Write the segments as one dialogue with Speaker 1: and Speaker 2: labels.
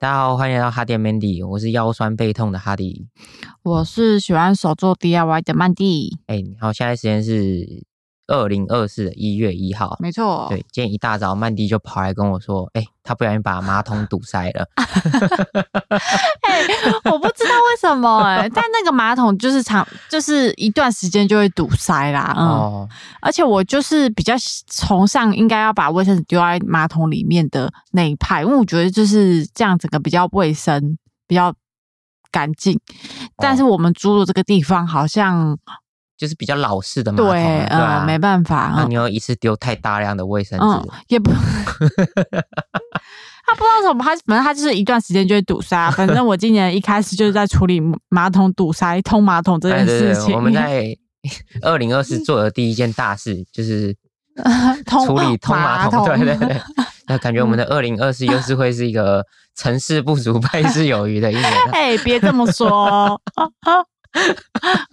Speaker 1: 喽，欢迎来到哈迪 Mandy，我是腰酸背痛的哈迪。
Speaker 2: 我是喜欢手做 DIY 的曼蒂，
Speaker 1: 哎，你好，现在时间是二零二四的一月一号。
Speaker 2: 没错，
Speaker 1: 对，今天一大早，曼迪就跑来跟我说：“哎、他不小心把马桶堵塞了。
Speaker 2: 嘿 我不知道为什么 哎、但那个马桶就是长，就是一段时间就会堵塞啦，嗯，
Speaker 1: 哦，
Speaker 2: 而且我就是比较崇尚应该要把卫生纸丢在马桶里面的那一派，因为我觉得就是这样整个比较卫生，比较干净。但是
Speaker 1: 哦
Speaker 2: 我们租的这个地方好像
Speaker 1: 就是比较老式的马桶啊，
Speaker 2: 对，
Speaker 1: 对吧、
Speaker 2: 呃，没办法，
Speaker 1: 那
Speaker 2: 嗯
Speaker 1: 你又一次丢太大量的卫生纸、
Speaker 2: 嗯，也不，他不知道什么，他反正他就是一段时间就会堵塞啊。反正我今年一开始就是在处理马桶堵塞、通马桶这
Speaker 1: 哎，
Speaker 2: 件
Speaker 1: 对
Speaker 2: 事
Speaker 1: 对
Speaker 2: 情。
Speaker 1: 对，我们在 二零二四做的第一件大事就是
Speaker 2: 通
Speaker 1: 处理通马桶，
Speaker 2: 马 桶嗯
Speaker 1: 对对对。那感觉我们的二零二四又是会是一个成事不足 败事有余的一年。 啊
Speaker 2: 哎，别这么说，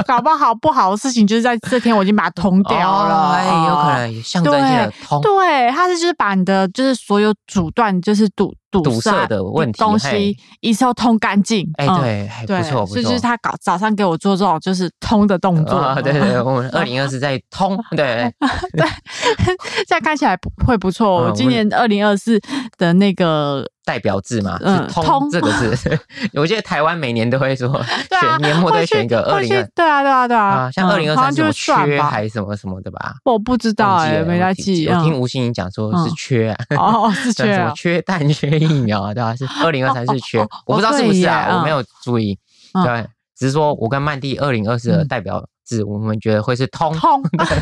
Speaker 2: 搞不好不好的事情就是在这天我已经把它通掉
Speaker 1: 哦
Speaker 2: 了，哦
Speaker 1: 哎、有可能有象征性的通
Speaker 2: 对，它是就是把你的就是所有阻断就是堵堵
Speaker 1: 堵塞
Speaker 2: 塞
Speaker 1: 的问题
Speaker 2: 东
Speaker 1: 嘿
Speaker 2: 西一次要通干净。
Speaker 1: 哎、
Speaker 2: 嗯
Speaker 1: 对，还
Speaker 2: 对，
Speaker 1: 不错不
Speaker 2: 所以就是
Speaker 1: 错。
Speaker 2: 他搞早上给我做这种就是通的嗯动作，
Speaker 1: 啊， 对对对，我们二零二四在通，对，
Speaker 2: 这样看起来不会不错。
Speaker 1: 嗯
Speaker 2: 我今年二零二四的那个，
Speaker 1: 代表字嘛，
Speaker 2: 嗯
Speaker 1: 是通
Speaker 2: 通
Speaker 1: 这个 字。我记得台湾每年都会说，
Speaker 2: 对啊，
Speaker 1: 选年末都会
Speaker 2: 会去
Speaker 1: 选一个二
Speaker 2: 会去
Speaker 1: 零二
Speaker 2: 对啊对啊对
Speaker 1: 啊，像
Speaker 2: 嗯
Speaker 1: 二零二
Speaker 2: 好
Speaker 1: 三
Speaker 2: 像
Speaker 1: 什
Speaker 2: 就
Speaker 1: 么
Speaker 2: 是算
Speaker 1: 缺
Speaker 2: 吧，
Speaker 1: 还是什么什么的吧？
Speaker 2: 我不知道
Speaker 1: 忘记
Speaker 2: 哎，
Speaker 1: 了
Speaker 2: 没
Speaker 1: 我
Speaker 2: 在
Speaker 1: 记
Speaker 2: 记。
Speaker 1: 我听
Speaker 2: 嗯
Speaker 1: 吴欣颖讲说是
Speaker 2: 嗯
Speaker 1: 缺啊，
Speaker 2: 哦 哦是
Speaker 1: 对
Speaker 2: 缺
Speaker 1: 什么
Speaker 2: 啊，哦
Speaker 1: 缺蛋、缺疫苗啊，对吧？是二零二三是缺，我不知道是不是
Speaker 2: 对耶
Speaker 1: 啊，我没
Speaker 2: 嗯
Speaker 1: 有注意，
Speaker 2: 嗯
Speaker 1: 对，只是说我跟曼蒂二零二四的代表字，我们觉得会是通，
Speaker 2: 通。啊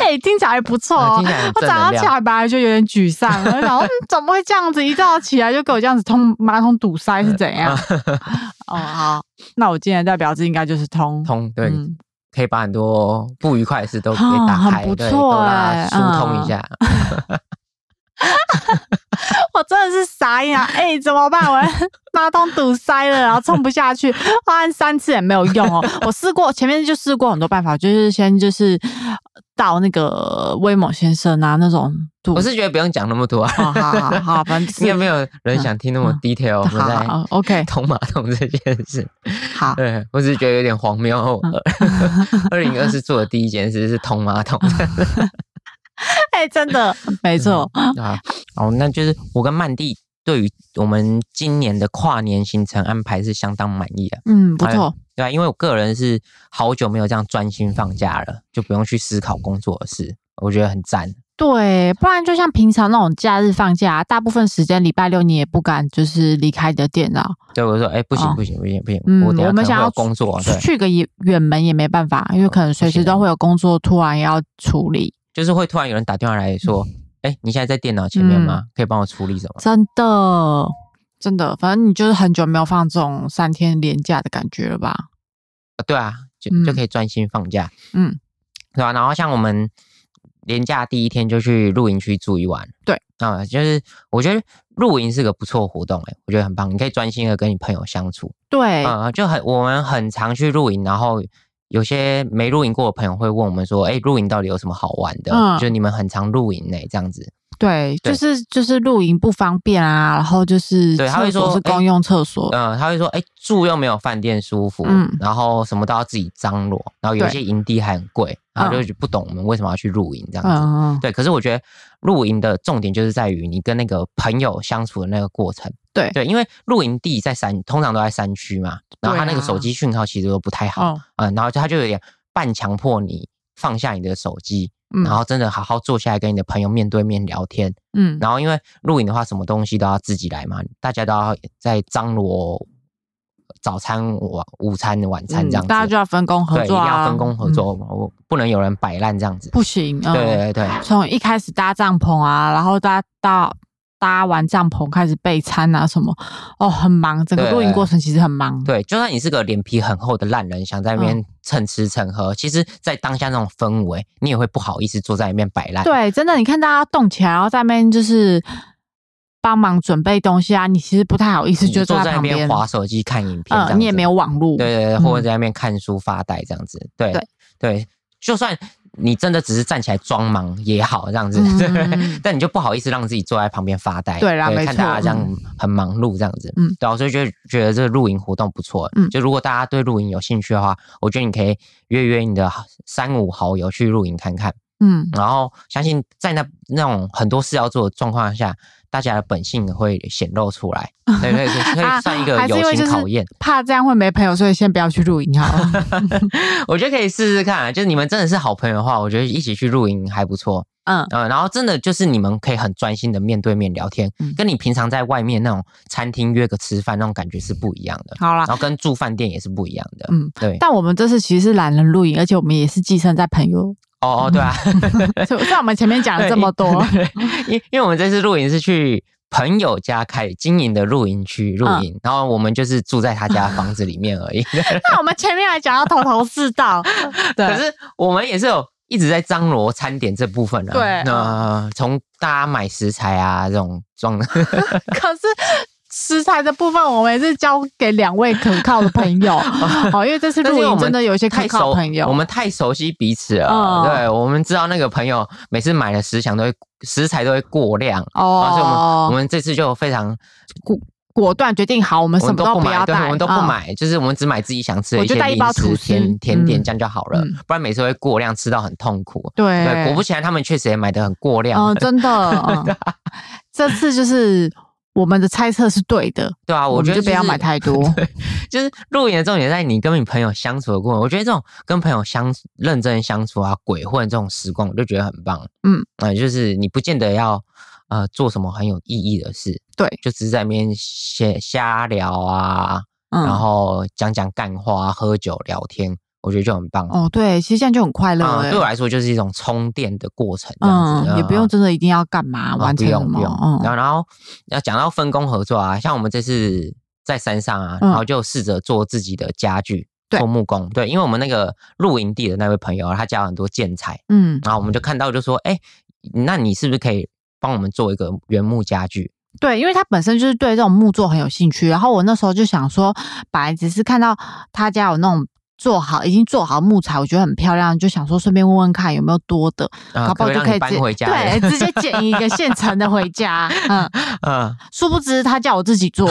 Speaker 2: 哎，听起来还不错
Speaker 1: 啊
Speaker 2: 哦
Speaker 1: 听。起来很
Speaker 2: 我
Speaker 1: 正
Speaker 2: 早
Speaker 1: 能
Speaker 2: 上起
Speaker 1: 量。
Speaker 2: 来本来就有点沮丧，我就想说嗯怎么会这样子？一早起来就给我这样子通马桶堵塞是怎 样？哦好，那我今年代表字应该就是通
Speaker 1: 通对，
Speaker 2: 嗯
Speaker 1: 可以把很多不愉快的事都给
Speaker 2: 啊
Speaker 1: 打
Speaker 2: 很
Speaker 1: 开，
Speaker 2: 不
Speaker 1: 对，
Speaker 2: 错
Speaker 1: 都让它
Speaker 2: 欸
Speaker 1: 疏通一
Speaker 2: 嗯
Speaker 1: 下。
Speaker 2: 我真的是 傻眼啊！哎、怎么办？我马桶堵塞了，然后冲不下去，我按三次也没有用哦。我试过，前面就试过很多办法，就是先就是呃到那个威猛先生啊那种堵。
Speaker 1: 我是觉得不用讲那么多啊，
Speaker 2: 好好好好，反正
Speaker 1: 应
Speaker 2: 就
Speaker 1: 该
Speaker 2: 哦是
Speaker 1: 没有人想听那么
Speaker 2: 嗯
Speaker 1: detail 我
Speaker 2: 好
Speaker 1: 们
Speaker 2: 好
Speaker 1: 在
Speaker 2: 好，OK，
Speaker 1: 通马桶这件事。
Speaker 2: 好。嗯
Speaker 1: 对，我只是觉得有点荒谬。 二零二四做的第一件事是通马桶，
Speaker 2: 嗯哎、真的没错，
Speaker 1: 啊，哦，那就是我跟曼蒂对于我们今年的跨年行程安排是相当满意的，
Speaker 2: 嗯，不错，
Speaker 1: 对啊，因为我个人是好久没有这样专心放假了，就不用去思考工作的事，我觉得很赞。
Speaker 2: 对，不然就像平常那种假日放假，啊大部分时间礼拜六你也不敢就是离开你的啊电脑，
Speaker 1: 对我就说，哎，不行
Speaker 2: 哦
Speaker 1: 不行不行不行，
Speaker 2: 嗯，
Speaker 1: 等一下
Speaker 2: 我
Speaker 1: 可
Speaker 2: 们
Speaker 1: 能会
Speaker 2: 想要
Speaker 1: 有工作，
Speaker 2: 出
Speaker 1: 对，
Speaker 2: 去个远远门也没办法，因为可能随时都会有工作突然要处理。
Speaker 1: 就是会突然有人打电话来说，
Speaker 2: 嗯
Speaker 1: 哎，你现在在电脑前面吗？可以帮我处理什么？
Speaker 2: 真的，真的，反正你就是很久没有放这种三天连假的感觉了吧？
Speaker 1: 啊对啊，就
Speaker 2: 嗯
Speaker 1: 就可以专心放假，
Speaker 2: 嗯，
Speaker 1: 对吧？然后像我们连假第一天就去露营区住一晚，
Speaker 2: 对
Speaker 1: 啊、就是我觉得露营是个不错活动、欸，我觉得很棒，你可以专心的跟你朋友相处，
Speaker 2: 对，
Speaker 1: 啊、就很我们很常去露营，然后有些没露营过的朋友会问我们说，哎、露营到底有什么好玩的？
Speaker 2: 嗯
Speaker 1: 就你们很常露营呢、哎这样子，
Speaker 2: 对，
Speaker 1: 对
Speaker 2: 就是就是露营不方便啊，然后就是
Speaker 1: 对他会
Speaker 2: 厕所
Speaker 1: 说
Speaker 2: 是公用厕所，
Speaker 1: 嗯、他会说，哎、住又没有饭店舒服，
Speaker 2: 嗯
Speaker 1: 然后什么都要自己张罗，然后有一些
Speaker 2: 对
Speaker 1: 营地还很贵，然后
Speaker 2: 嗯
Speaker 1: 就不懂我们为什么要去露营这样子。
Speaker 2: 嗯，嗯
Speaker 1: 呃对，可是我觉得露营的重点就是在于你跟那个朋友相处的那个过程。
Speaker 2: 对
Speaker 1: 对，因为露营地在山，通常都在山区嘛，然后他
Speaker 2: 对
Speaker 1: 那个手
Speaker 2: 啊
Speaker 1: 机讯号其实都不太好，
Speaker 2: 哦，
Speaker 1: 嗯，然后就他就有点半强迫你放下你的手机，
Speaker 2: 嗯
Speaker 1: 然后真的好好坐下来跟你的朋友面对面聊天。
Speaker 2: 嗯，
Speaker 1: 然后因为露营的话，什么东西都要自己来嘛，大家都要在张罗早餐、晚午餐、晚餐这样
Speaker 2: 嗯
Speaker 1: 子，
Speaker 2: 大家就要分工合
Speaker 1: 对，一
Speaker 2: 作
Speaker 1: 定
Speaker 2: 啊，
Speaker 1: 要分工合
Speaker 2: 嗯，
Speaker 1: 作，我不能有人摆烂这样子。
Speaker 2: 不行，嗯
Speaker 1: 对对对。
Speaker 2: 从一开始搭帐篷啊，然后搭到搭完帐篷开始备餐啊什么，哦，很忙，整个
Speaker 1: 对
Speaker 2: 露营过程其实很忙。
Speaker 1: 对，就算你是个脸皮很厚的烂人，想在那
Speaker 2: 嗯
Speaker 1: 边蹭吃蹭喝，其实，在当下那种氛围，你也会不好意思坐在里面摆烂。
Speaker 2: 对，真的，你看大家动起来，然后在那边就是帮忙准备东西啊，你其实不太好意思，
Speaker 1: 你
Speaker 2: 就
Speaker 1: 坐在那
Speaker 2: 旁边
Speaker 1: 边，划手机、看影片，这样
Speaker 2: 嗯，你也
Speaker 1: 子
Speaker 2: 没有网路，
Speaker 1: 对对对，
Speaker 2: 嗯
Speaker 1: 或者在那边看书发呆这样子。对
Speaker 2: 对
Speaker 1: 对，就算你真的只是站起来装忙也好，这样子，
Speaker 2: 嗯
Speaker 1: 对。但你就不好意思让自己坐在旁边发呆，
Speaker 2: 对啦没
Speaker 1: 看大家
Speaker 2: 错
Speaker 1: 这样
Speaker 2: 嗯
Speaker 1: 很忙碌这样子，
Speaker 2: 嗯
Speaker 1: 对啊，所以就觉得这个露营活动不错。
Speaker 2: 嗯
Speaker 1: 就如果大家对露营有兴趣的话，我觉得你可以约约你的三五好友去露营看看。
Speaker 2: 嗯，
Speaker 1: 然后相信在那那种很多事要做的状况下，大家的本性会显露出来，对对 对，可以算一个
Speaker 2: 啊还是因
Speaker 1: 友
Speaker 2: 为就
Speaker 1: 情
Speaker 2: 是
Speaker 1: 考验。
Speaker 2: 怕这样会没朋友，所以先不要去露营 好了。
Speaker 1: 我觉得可以试试看、啊，就是你们真的是好朋友的话，我觉得一起去露营还不错。
Speaker 2: 嗯
Speaker 1: 嗯，然后真的就是你们可以很专心的面对面聊天，
Speaker 2: 嗯
Speaker 1: 跟你平常在外面那种餐厅约个吃饭那种感觉是不一样的，
Speaker 2: 好啦
Speaker 1: 然，后跟住饭店也是不一样的。
Speaker 2: 啊嗯，
Speaker 1: 对，
Speaker 2: 但我们这次其实是懒人露营，而且我们也是寄生在朋友。
Speaker 1: 哦哦，对啊，
Speaker 2: 嗯所以，所以我们前面讲了这么多，
Speaker 1: 对，因因为我们这次露营是去朋友家开经营的露营
Speaker 2: 嗯
Speaker 1: 区露营，然后我们就是住在他家的房子里面 而已。
Speaker 2: 那我们前面还讲到头头是 道，
Speaker 1: 可是我们也是有一直在张罗餐点这部分啊。
Speaker 2: 对嗯
Speaker 1: 那从大家买食材啊这种装，
Speaker 2: 可是食材的部分，我们也是交给两位可靠的朋 友。好，因为这次
Speaker 1: 但
Speaker 2: 露
Speaker 1: 是我
Speaker 2: 营
Speaker 1: 们
Speaker 2: 真的有一些可
Speaker 1: 太
Speaker 2: 靠
Speaker 1: 熟
Speaker 2: 的朋友，
Speaker 1: 我们太熟悉彼此了。
Speaker 2: 嗯
Speaker 1: 对，我们知道那个朋友每次买的食材都会食材都会过量。然后所以我们我
Speaker 2: 哦，
Speaker 1: 们这次就非常，
Speaker 2: 果断决定好，我们
Speaker 1: 我
Speaker 2: 什么
Speaker 1: 们都不
Speaker 2: 不
Speaker 1: 买，
Speaker 2: 要
Speaker 1: 对，
Speaker 2: 带，
Speaker 1: 我们都不
Speaker 2: 嗯。
Speaker 1: 买，就是我们只买自己想吃的
Speaker 2: 我
Speaker 1: 一
Speaker 2: 就
Speaker 1: 些
Speaker 2: 带一包
Speaker 1: 零
Speaker 2: 吐
Speaker 1: 食、
Speaker 2: 司
Speaker 1: 甜甜点，
Speaker 2: 嗯
Speaker 1: 这样就好了
Speaker 2: 嗯，
Speaker 1: 不然每次会过量，吃到很痛苦。对，
Speaker 2: 对，
Speaker 1: 果不其然，他们确实也买的很过量
Speaker 2: 嗯，，真 的，嗯这次就是我们的猜测是对的，
Speaker 1: 对啊，
Speaker 2: 我
Speaker 1: 觉
Speaker 2: 们
Speaker 1: 得
Speaker 2: 就不要
Speaker 1: 是
Speaker 2: 买 太多。
Speaker 1: 就是露营的重点在你跟你朋友相处的过程。我觉得这种跟朋友相认真相处啊，鬼混这种时光，我就觉得很棒。
Speaker 2: 嗯，
Speaker 1: 呃，就是你不见得要呃做什么很有意义的事，
Speaker 2: 对，
Speaker 1: 就只是在那边瞎瞎聊啊，
Speaker 2: 嗯，
Speaker 1: 然后讲讲干话、啊、喝酒聊天，我觉得就很棒。
Speaker 2: 哦，对，其实这样就很快乐
Speaker 1: 啊、
Speaker 2: 哎
Speaker 1: 对。我来说就是一种充电的过程，这样子、
Speaker 2: 嗯，也不
Speaker 1: 嗯
Speaker 2: 用真的一定要干嘛
Speaker 1: 啊
Speaker 2: 完
Speaker 1: 不
Speaker 2: 成什
Speaker 1: 用
Speaker 2: 么
Speaker 1: 不用，。然
Speaker 2: 嗯
Speaker 1: 后然后要讲到分工合作啊，像我们这次在山上啊，
Speaker 2: 嗯
Speaker 1: 然后就试着做自己的家具，
Speaker 2: 对
Speaker 1: 做木工。对，因为我们那个露营地的那位朋友啊，他家有很多建材，
Speaker 2: 嗯，
Speaker 1: 然后我们就看到就说，哎，那你是不是可以帮我们做一个原木家具？
Speaker 2: 对，因为他本身就是对这种木作很有兴趣，然后我那时候就想说，本来只是看到他家有那种。做好已经做好木材，我觉得很漂亮，就想说顺便问问看有没有多的，
Speaker 1: 啊
Speaker 2: 搞不
Speaker 1: 可
Speaker 2: 好
Speaker 1: 不
Speaker 2: 就
Speaker 1: 可以让你
Speaker 2: 以直
Speaker 1: 搬回家？
Speaker 2: 对，， 直接捡一个现成的回家。嗯，
Speaker 1: 嗯，
Speaker 2: 殊不知他叫我自己 做，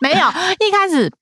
Speaker 2: 没有一开始。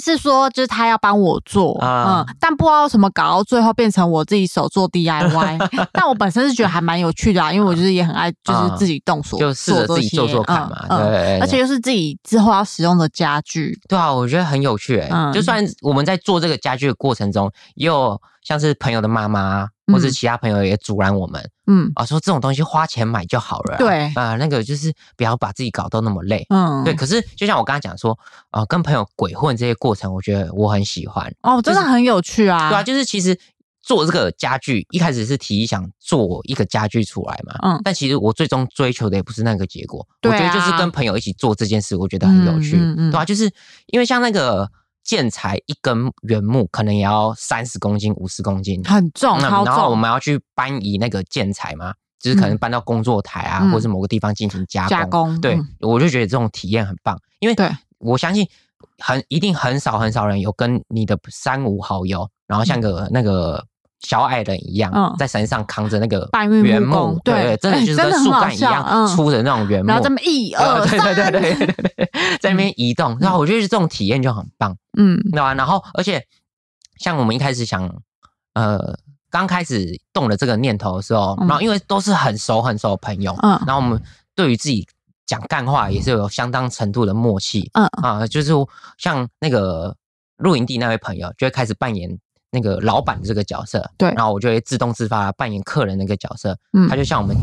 Speaker 2: 是说，就是他要帮我做，
Speaker 1: 啊
Speaker 2: 嗯，但不知道为什么搞到最后变成我自己手做 DIY。但我本身是觉得还蛮有趣的、啊，因为我就是也很爱，就是自己动手、
Speaker 1: 啊就试着自己做
Speaker 2: 这些
Speaker 1: 做看嘛。
Speaker 2: 嗯嗯
Speaker 1: 对，
Speaker 2: 而且又是自己之后要使用的家具，
Speaker 1: 对啊，我觉得很有趣、欸。
Speaker 2: 嗯
Speaker 1: 就算我们在做这个家具的过程中，也有像是朋友的妈妈啊，或是
Speaker 2: 嗯
Speaker 1: 其他朋友也阻拦我们。
Speaker 2: 嗯
Speaker 1: 啊，说这种东西花钱买就好了、啊。
Speaker 2: 对
Speaker 1: 啊、那个就是不要把自己搞到那么累。
Speaker 2: 嗯，
Speaker 1: 对，可是就像我刚刚讲说，啊、跟朋友鬼混这些过程，我觉得我很喜欢。
Speaker 2: 哦，真的很有趣啊，
Speaker 1: 对啊，就是其实做这个家具，一开始是提议想做一个家具出来嘛，
Speaker 2: 嗯
Speaker 1: 但其实我最终追求的也不是那个结果，
Speaker 2: 对
Speaker 1: 我觉得就是
Speaker 2: 啊
Speaker 1: 跟朋友一起做这件事，我觉得很有趣，
Speaker 2: 嗯嗯嗯
Speaker 1: 对啊，就是因为像那个建材一根原木可能也要三十公斤、五十公斤，
Speaker 2: 很重，
Speaker 1: 那
Speaker 2: 哦
Speaker 1: 嗯
Speaker 2: 超
Speaker 1: 然后我
Speaker 2: 重，
Speaker 1: 们要去搬移那个建材嘛，就是可能搬到工作台啊，
Speaker 2: 嗯
Speaker 1: 或是某个地方进行加工。
Speaker 2: 加工，
Speaker 1: 对，
Speaker 2: 嗯
Speaker 1: 我就觉得这种体验很棒，因为
Speaker 2: 对
Speaker 1: 我相信很一定很少很少人有跟你的三五好友，然后像个、那个。小矮人一样，
Speaker 2: 嗯
Speaker 1: 在山上扛着那个
Speaker 2: 搬运木
Speaker 1: 原
Speaker 2: 工
Speaker 1: 对
Speaker 2: 对
Speaker 1: 真的
Speaker 2: 哎
Speaker 1: 就是
Speaker 2: 真的
Speaker 1: 跟
Speaker 2: 很
Speaker 1: 树
Speaker 2: 好
Speaker 1: 干一
Speaker 2: 笑
Speaker 1: 样、
Speaker 2: 嗯
Speaker 1: 粗的那种原木，
Speaker 2: 然后这么嗯一
Speaker 1: 呃
Speaker 2: 二
Speaker 1: 对对对
Speaker 2: 三，
Speaker 1: 对对对对，在那边移动，然后我觉得这种体验就很棒。
Speaker 2: 嗯
Speaker 1: 对啊，然后而且像我们一开始想，呃，刚开始动了这个念头的时候，
Speaker 2: 嗯
Speaker 1: 然后因为都是很熟很熟的朋友，
Speaker 2: 嗯
Speaker 1: 然后我们对于自己讲干话也是有相当程度的默契
Speaker 2: 嗯
Speaker 1: 啊、就是像那个露营地那位朋友就会开始扮演。那个老板这个角色，
Speaker 2: 对
Speaker 1: 然后我就会自动自发地扮演客人那个角色，
Speaker 2: 嗯
Speaker 1: 他，就向我们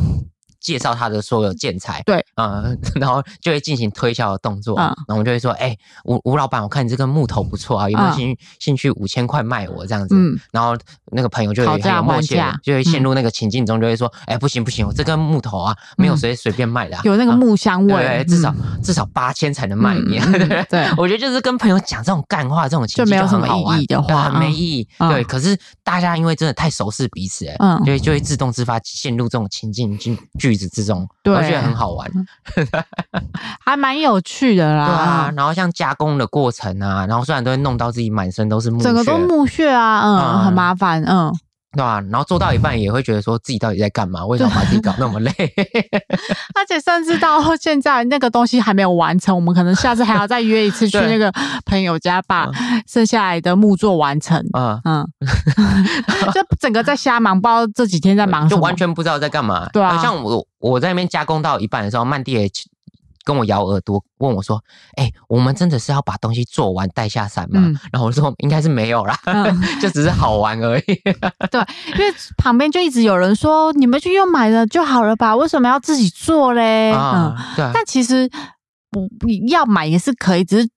Speaker 1: 介绍他的所有建材，
Speaker 2: 对，
Speaker 1: 嗯，然后就会进行推销的动作，
Speaker 2: 嗯
Speaker 1: 然后我们就会说，哎、吴吴老板，我看你这个木头不错啊，有没有
Speaker 2: 嗯
Speaker 1: 兴趣、兴趣五千块卖我这样子？
Speaker 2: 嗯
Speaker 1: 然后那个朋友就会
Speaker 2: 讨
Speaker 1: 很
Speaker 2: 价
Speaker 1: 有
Speaker 2: 还
Speaker 1: 默契
Speaker 2: 价
Speaker 1: 的，就会陷入那个情境中，就会说，哎、不行不行，我这根木头啊，没有
Speaker 2: 嗯嗯
Speaker 1: 谁随便卖的、啊
Speaker 2: 有那个
Speaker 1: 啊
Speaker 2: 木香
Speaker 1: 对
Speaker 2: 味，
Speaker 1: 至少、
Speaker 2: 嗯
Speaker 1: 至少八千才能卖你。
Speaker 2: 嗯嗯嗯对
Speaker 1: 我觉得就是跟朋友讲这种干话，这种情
Speaker 2: 就
Speaker 1: 绪
Speaker 2: 没有什
Speaker 1: 很
Speaker 2: 么
Speaker 1: 好玩
Speaker 2: 意义的
Speaker 1: 对啊
Speaker 2: 话
Speaker 1: 很没
Speaker 2: 嗯
Speaker 1: 意义。
Speaker 2: 嗯
Speaker 1: 对，可是大家因为真的太熟识彼此，哎，
Speaker 2: 嗯
Speaker 1: 就会就会自动自发陷入这种情境，去句子之中，我觉
Speaker 2: 对嗯
Speaker 1: 得很好玩。
Speaker 2: 还蛮有趣的啦。
Speaker 1: 对啊，然后像加工的过程啊，然后虽然都会弄到自己满身都是木屑，
Speaker 2: 整个都墓穴啊，嗯，
Speaker 1: 嗯
Speaker 2: 很麻烦，嗯，
Speaker 1: 对吧、然后做到一半也会觉得说自己到底在干嘛？为什么把自己搞那么累？
Speaker 2: 而且甚至到现在那个东西还没有完成，我们可能下次还要再约一次去
Speaker 1: 对嗯
Speaker 2: 那个朋友家把剩下来的木作完 成，
Speaker 1: 啊、
Speaker 2: 嗯，就整个在瞎忙，不知道这几天在忙什
Speaker 1: 就
Speaker 2: 么，
Speaker 1: 完全不知道在干嘛。
Speaker 2: 对啊
Speaker 1: 好像我我在那边加工到一半的时候，曼蒂也跟我摇耳朵问我说：“哎、我们真的是要把东西做完带下山吗？”
Speaker 2: 嗯
Speaker 1: 然后我说：“应该是没有啦，
Speaker 2: 嗯
Speaker 1: 就只是好玩而已。
Speaker 2: 因为旁边就一直有人说，你们去用买的就好了吧，为什么要自己做嘞？嗯，
Speaker 1: 啊，对啊，
Speaker 2: 但其实不要买也是可以，只是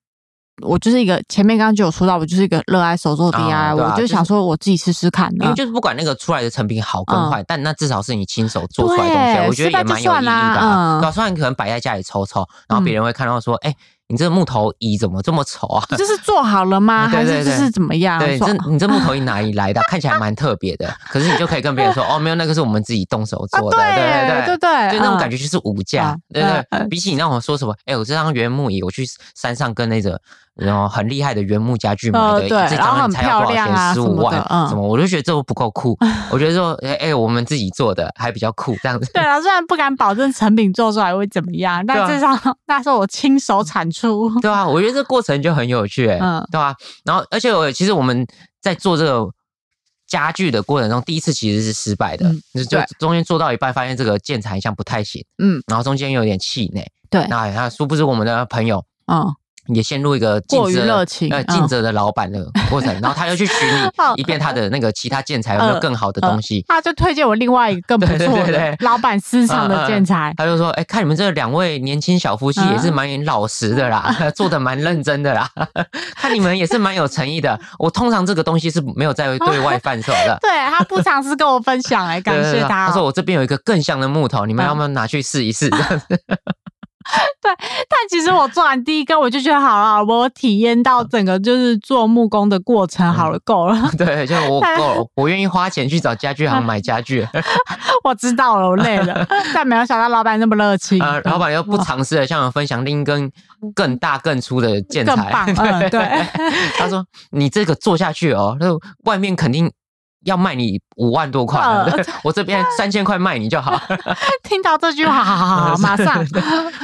Speaker 2: 我就是一个前面刚刚就有说到，我就是一个热爱手做 DIY，、
Speaker 1: 啊对啊
Speaker 2: 我就想说我自己试试看
Speaker 1: 因为
Speaker 2: 啊。
Speaker 1: 就是不管那个出来的成品好跟坏，但那至少是你亲手做出来的
Speaker 2: 嗯对
Speaker 1: 东西，我觉得
Speaker 2: 失败
Speaker 1: 也
Speaker 2: 就
Speaker 1: 蛮有意
Speaker 2: 算
Speaker 1: 义的、
Speaker 2: 啦嗯
Speaker 1: 啊。对啊，虽然可能摆在家里抽抽，然后别人会看到说：“哎、你这木头椅怎么这么丑啊？”
Speaker 2: 这是做好了吗？
Speaker 1: 嗯对
Speaker 2: 还
Speaker 1: 对
Speaker 2: 是这
Speaker 1: 对
Speaker 2: 是怎么样？
Speaker 1: 对，
Speaker 2: 说
Speaker 1: 这你这木头椅哪里来的？看起来蛮特别的，可是你就可以跟别 人说，哦，没有，那个是我们自己动手
Speaker 2: 啊，
Speaker 1: 做的，对
Speaker 2: 对对
Speaker 1: 对
Speaker 2: 对，嗯
Speaker 1: 对，就那种感
Speaker 2: 觉。
Speaker 1: 觉就是无价，对
Speaker 2: 嗯
Speaker 1: 对。比起你让我说什么，哎，我这张原木椅，我去山上跟那个然后很厉害的原木家具买
Speaker 2: 呃
Speaker 1: 的，
Speaker 2: 对
Speaker 1: 这
Speaker 2: 然后
Speaker 1: 张
Speaker 2: 很
Speaker 1: 才要多
Speaker 2: 漂
Speaker 1: 少
Speaker 2: 亮啊
Speaker 1: 钱？十
Speaker 2: 什
Speaker 1: 五
Speaker 2: 么的
Speaker 1: 万
Speaker 2: 嗯
Speaker 1: 什么？我就觉得这不够酷，我觉得说，哎哎，我们自己做的还比较酷，这样子。
Speaker 2: 对啊，虽然不敢保证成品做出来会怎么样，但
Speaker 1: 对啊
Speaker 2: 至少那时候我亲手产出。
Speaker 1: 对啊，我觉得这过程就很有趣、欸，
Speaker 2: 嗯
Speaker 1: 对啊。然后，而且我其实我们在做这个家具的过程中，第一次其实是失败的，
Speaker 2: 嗯
Speaker 1: 就就
Speaker 2: 对
Speaker 1: 中间做到一半，发现这个建材像不太行，
Speaker 2: 嗯
Speaker 1: 然后中间有点气馁。
Speaker 2: 对
Speaker 1: 那那殊不知我们的朋友
Speaker 2: 嗯，
Speaker 1: 也陷入一个竞
Speaker 2: 过于
Speaker 1: 争
Speaker 2: 热情
Speaker 1: 呃，
Speaker 2: 嗯
Speaker 1: 竞争的老板的过程，然后他又去 寻
Speaker 2: 好
Speaker 1: 你一遍他的那个其他建材有没有
Speaker 2: 嗯
Speaker 1: 更好的东西，
Speaker 2: 他就推荐我另外一个更不
Speaker 1: 对对
Speaker 2: 错的
Speaker 1: 对对嗯
Speaker 2: 老板市场的建材。
Speaker 1: 他就说：“哎、看你们这两位年轻小夫妻也
Speaker 2: 嗯
Speaker 1: 是蛮老实的啦， 做的蛮认真的啦， 看你们也是蛮有诚意的。我通常这个东西是没有在对外贩售的。”
Speaker 2: 对他不尝试跟我分享、哎， 感
Speaker 1: 对对
Speaker 2: 谢
Speaker 1: 对
Speaker 2: 他嗯哦、
Speaker 1: 他说：“我这边有一个更像的木头，你们要不要拿去试一试？”这 样子
Speaker 2: 但其实我做完第一个，我就觉得好了，我体验到整个就是做木工的过程，好了，够了，
Speaker 1: 对，就 我够，我愿意花钱去找家具
Speaker 2: 嗯
Speaker 1: 行买家具。
Speaker 2: 我知道了，我累了。但没有想到老板那么热情，
Speaker 1: 啊，老板又
Speaker 2: 哦
Speaker 1: 不尝试的向我分享另一根更大更粗的建
Speaker 2: 更
Speaker 1: 材
Speaker 2: 棒。 嗯对
Speaker 1: 他说：“你这个做下去哦，那外面肯定要卖你五万多块，啊
Speaker 2: 嗯
Speaker 1: 我这边三千块卖你就 好。
Speaker 2: 听到这句话，好好好好，马上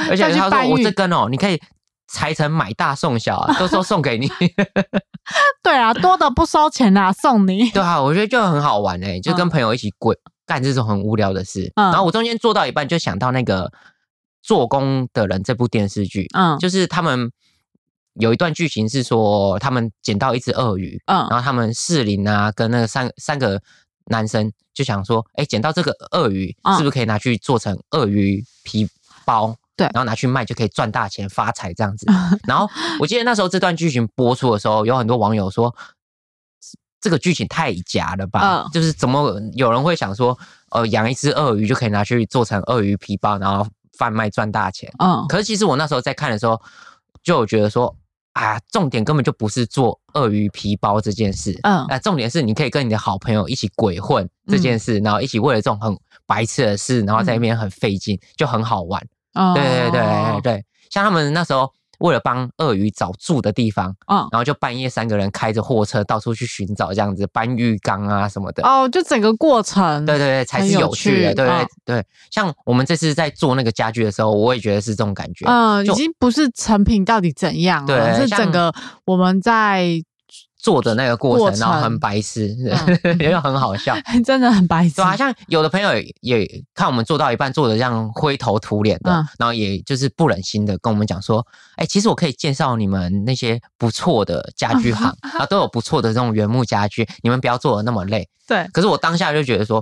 Speaker 1: 而
Speaker 2: 再
Speaker 1: 且
Speaker 2: 去
Speaker 1: 他
Speaker 2: 搬
Speaker 1: 说我这
Speaker 2: 运。
Speaker 1: 根哦，你可以裁成买大送小、 啊，都说送给你。
Speaker 2: 对啊，多的不收钱啦，送你。
Speaker 1: 对啊，我觉得就很好玩哎、就跟朋友一起鬼干这种很无聊的事。
Speaker 2: 嗯
Speaker 1: 然后我中间做到一半就想到那个做工的人这部电视剧，
Speaker 2: 嗯
Speaker 1: 就是他们有一段剧情是说，他们捡到一只鳄鱼，
Speaker 2: 嗯
Speaker 1: 然后他们士林啊跟那个三三个男生就想说，哎，捡到这个鳄鱼
Speaker 2: 嗯
Speaker 1: 是不是可以拿去做成鳄鱼皮包？
Speaker 2: 对
Speaker 1: 然后拿去卖就可以赚大钱发财这 样子。然后我记得那时候这段剧情播出的时候，有很多网友说。这个剧情太假了吧？
Speaker 2: 嗯
Speaker 1: 就是怎么有人会想说，呃，养一只鳄鱼就可以拿去做成鳄鱼皮包，然后贩卖赚大钱？
Speaker 2: 嗯，
Speaker 1: 可是其实我那时候在看的时候，就有觉得说，啊，重点根本就不是做鳄鱼皮包这件事，
Speaker 2: 嗯
Speaker 1: 啊，重点是你可以跟你的好朋友一起鬼混这件事，然后一起为了这种很白痴的事，然后在
Speaker 2: 嗯
Speaker 1: 那边很费劲，就很好玩。
Speaker 2: 哦
Speaker 1: 对对对对，对，像他们那时候为了帮鳄鱼找住的地方，
Speaker 2: 嗯。
Speaker 1: 然后就半夜三个人开着货车到处去寻找，这样子搬浴缸啊什么的。
Speaker 2: 哦，就整个过程，
Speaker 1: 对对对，才
Speaker 2: 很
Speaker 1: 是
Speaker 2: 有
Speaker 1: 有趣的，
Speaker 2: 趣
Speaker 1: 对对
Speaker 2: 嗯
Speaker 1: 对。像我们这次在做那个家具的时候，我也觉得是这种感觉，
Speaker 2: 嗯，已
Speaker 1: 就
Speaker 2: 经不是成品到底怎样了，
Speaker 1: 对
Speaker 2: 是
Speaker 1: 像
Speaker 2: 整个我们在
Speaker 1: 做的那个过程，
Speaker 2: 过程
Speaker 1: 然后很白痴， 也又很好笑。
Speaker 2: 真的很白痴
Speaker 1: 对啊，像有的朋友也也看我们做到一半，做的这样灰头土脸的，
Speaker 2: 嗯
Speaker 1: 然后也就是不忍心的跟我们讲说，哎、其实我可以介绍你们那些不错的家具行啊，都有不错的这种原木家具，你们不要做的那么累。
Speaker 2: 对，
Speaker 1: 可是我当下就觉得说，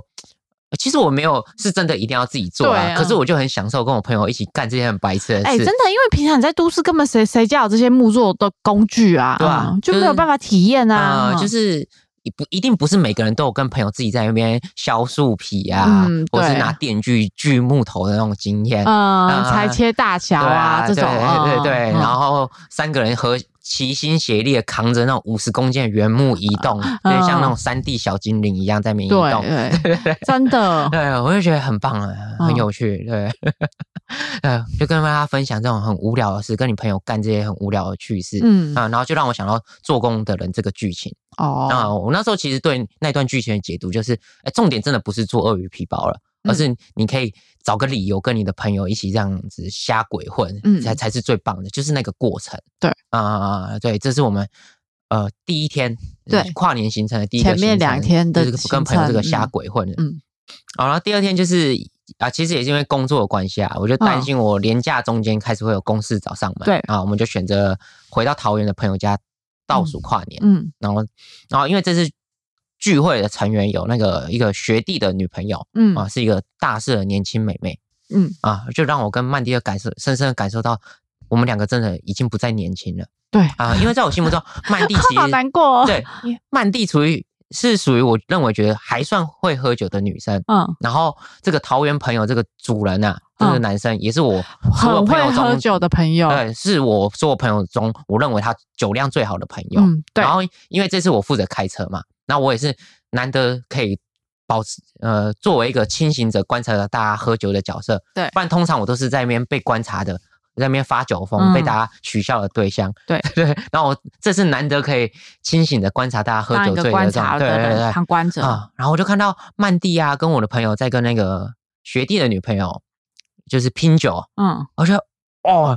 Speaker 1: 呃其实我没有是真的一定要自己做啊，
Speaker 2: 对啊
Speaker 1: 可是我就很享受跟我朋友一起干这些很白痴的事。
Speaker 2: 哎、真的，因为平常你在都市根本谁谁家有这些木作的工具啊，
Speaker 1: 对啊
Speaker 2: 嗯就
Speaker 1: 就是
Speaker 2: 没有办法体验啊，
Speaker 1: 呃，
Speaker 2: 嗯
Speaker 1: 就是也不一定不是每个人都有跟朋友自己在那边削树皮啊，
Speaker 2: 嗯
Speaker 1: 或是
Speaker 2: 对
Speaker 1: 拿电锯锯木头的那种经验。
Speaker 2: 嗯，
Speaker 1: 啊
Speaker 2: 裁切大小
Speaker 1: 对
Speaker 2: 啊，这
Speaker 1: 对
Speaker 2: 种，
Speaker 1: 对对对，
Speaker 2: 嗯
Speaker 1: 然后三个人合齐心协力的扛着那种五十公斤的原木移动，有点像那种山地小精灵一样在那边移
Speaker 2: 嗯对嗯
Speaker 1: 动。
Speaker 2: 对，真的，
Speaker 1: 对，我就觉得很棒啊，很
Speaker 2: 嗯
Speaker 1: 有趣。对， 呃，就跟大家分享这种很无聊的事，跟你朋友干这些很无聊的趣事。
Speaker 2: 嗯，
Speaker 1: 啊，然后就让我想到做工的人这个剧情。
Speaker 2: 哦，
Speaker 1: 那我那时候其实对那段剧情的解读就是，哎，重点真的不是做鳄鱼皮包了，
Speaker 2: 嗯
Speaker 1: 而是你可以找个理由跟你的朋友一起这样子瞎鬼混，
Speaker 2: 嗯
Speaker 1: 才才是最棒的，就是那个过程。
Speaker 2: 对，
Speaker 1: 啊啊、啊对，这是我们呃第一天
Speaker 2: 对
Speaker 1: 呃跨年行程的第一个
Speaker 2: 前面
Speaker 1: 行程
Speaker 2: 两天的
Speaker 1: 就是跟朋友这个
Speaker 2: 行程
Speaker 1: 瞎
Speaker 2: 嗯
Speaker 1: 鬼混的。
Speaker 2: 嗯，
Speaker 1: 好，然后第二天就是啊，其实也是因为工作的关系啊，我就担心我连假中间开始会有公事找上门，
Speaker 2: 嗯对
Speaker 1: 啊，我们就选择回到桃园的朋友家倒数跨年，
Speaker 2: 嗯，
Speaker 1: 然后然后因为这次聚会的成员有那个一个学弟的女朋友
Speaker 2: 嗯，
Speaker 1: 啊，是一个大四的年轻美眉，
Speaker 2: 嗯
Speaker 1: 啊，就让我跟曼迪的感受深深的感受到。我们两个真的已经不再年轻了
Speaker 2: 对，
Speaker 1: 啊！因为在我心 目中，曼蒂其
Speaker 2: 好
Speaker 1: 实
Speaker 2: 难过哦，
Speaker 1: 对曼蒂属于是属于我认为觉得还算会喝酒的女生，
Speaker 2: 嗯，
Speaker 1: 然后这个桃园朋友这个主人啊，这个
Speaker 2: 嗯
Speaker 1: 男生也是我所有
Speaker 2: 很
Speaker 1: 朋友
Speaker 2: 会
Speaker 1: 中
Speaker 2: 喝酒的朋友，
Speaker 1: 对，是我所有朋友中我认为他酒量最好的朋友。
Speaker 2: 嗯，对
Speaker 1: 然，后因为这次我负责开车嘛，那我也是难得可以保持呃作为一个清醒者观察到大家喝酒的角色，
Speaker 2: 对
Speaker 1: 不然通常我都是在那边被观察的。在那边发酒疯，
Speaker 2: 嗯
Speaker 1: 被大家取笑的对象，
Speaker 2: 对
Speaker 1: 对。然后我这次难得可以清醒的观察大家喝
Speaker 2: 当
Speaker 1: 酒
Speaker 2: 一
Speaker 1: 醉的
Speaker 2: 个观
Speaker 1: 状
Speaker 2: 察
Speaker 1: 态，对
Speaker 2: 的
Speaker 1: 对对
Speaker 2: 人，
Speaker 1: 对，
Speaker 2: 旁观者，
Speaker 1: 啊、然后我就看到曼蒂啊，跟我的朋友在跟那个学弟的女朋友就是拼酒，
Speaker 2: 嗯，
Speaker 1: 我觉得哦，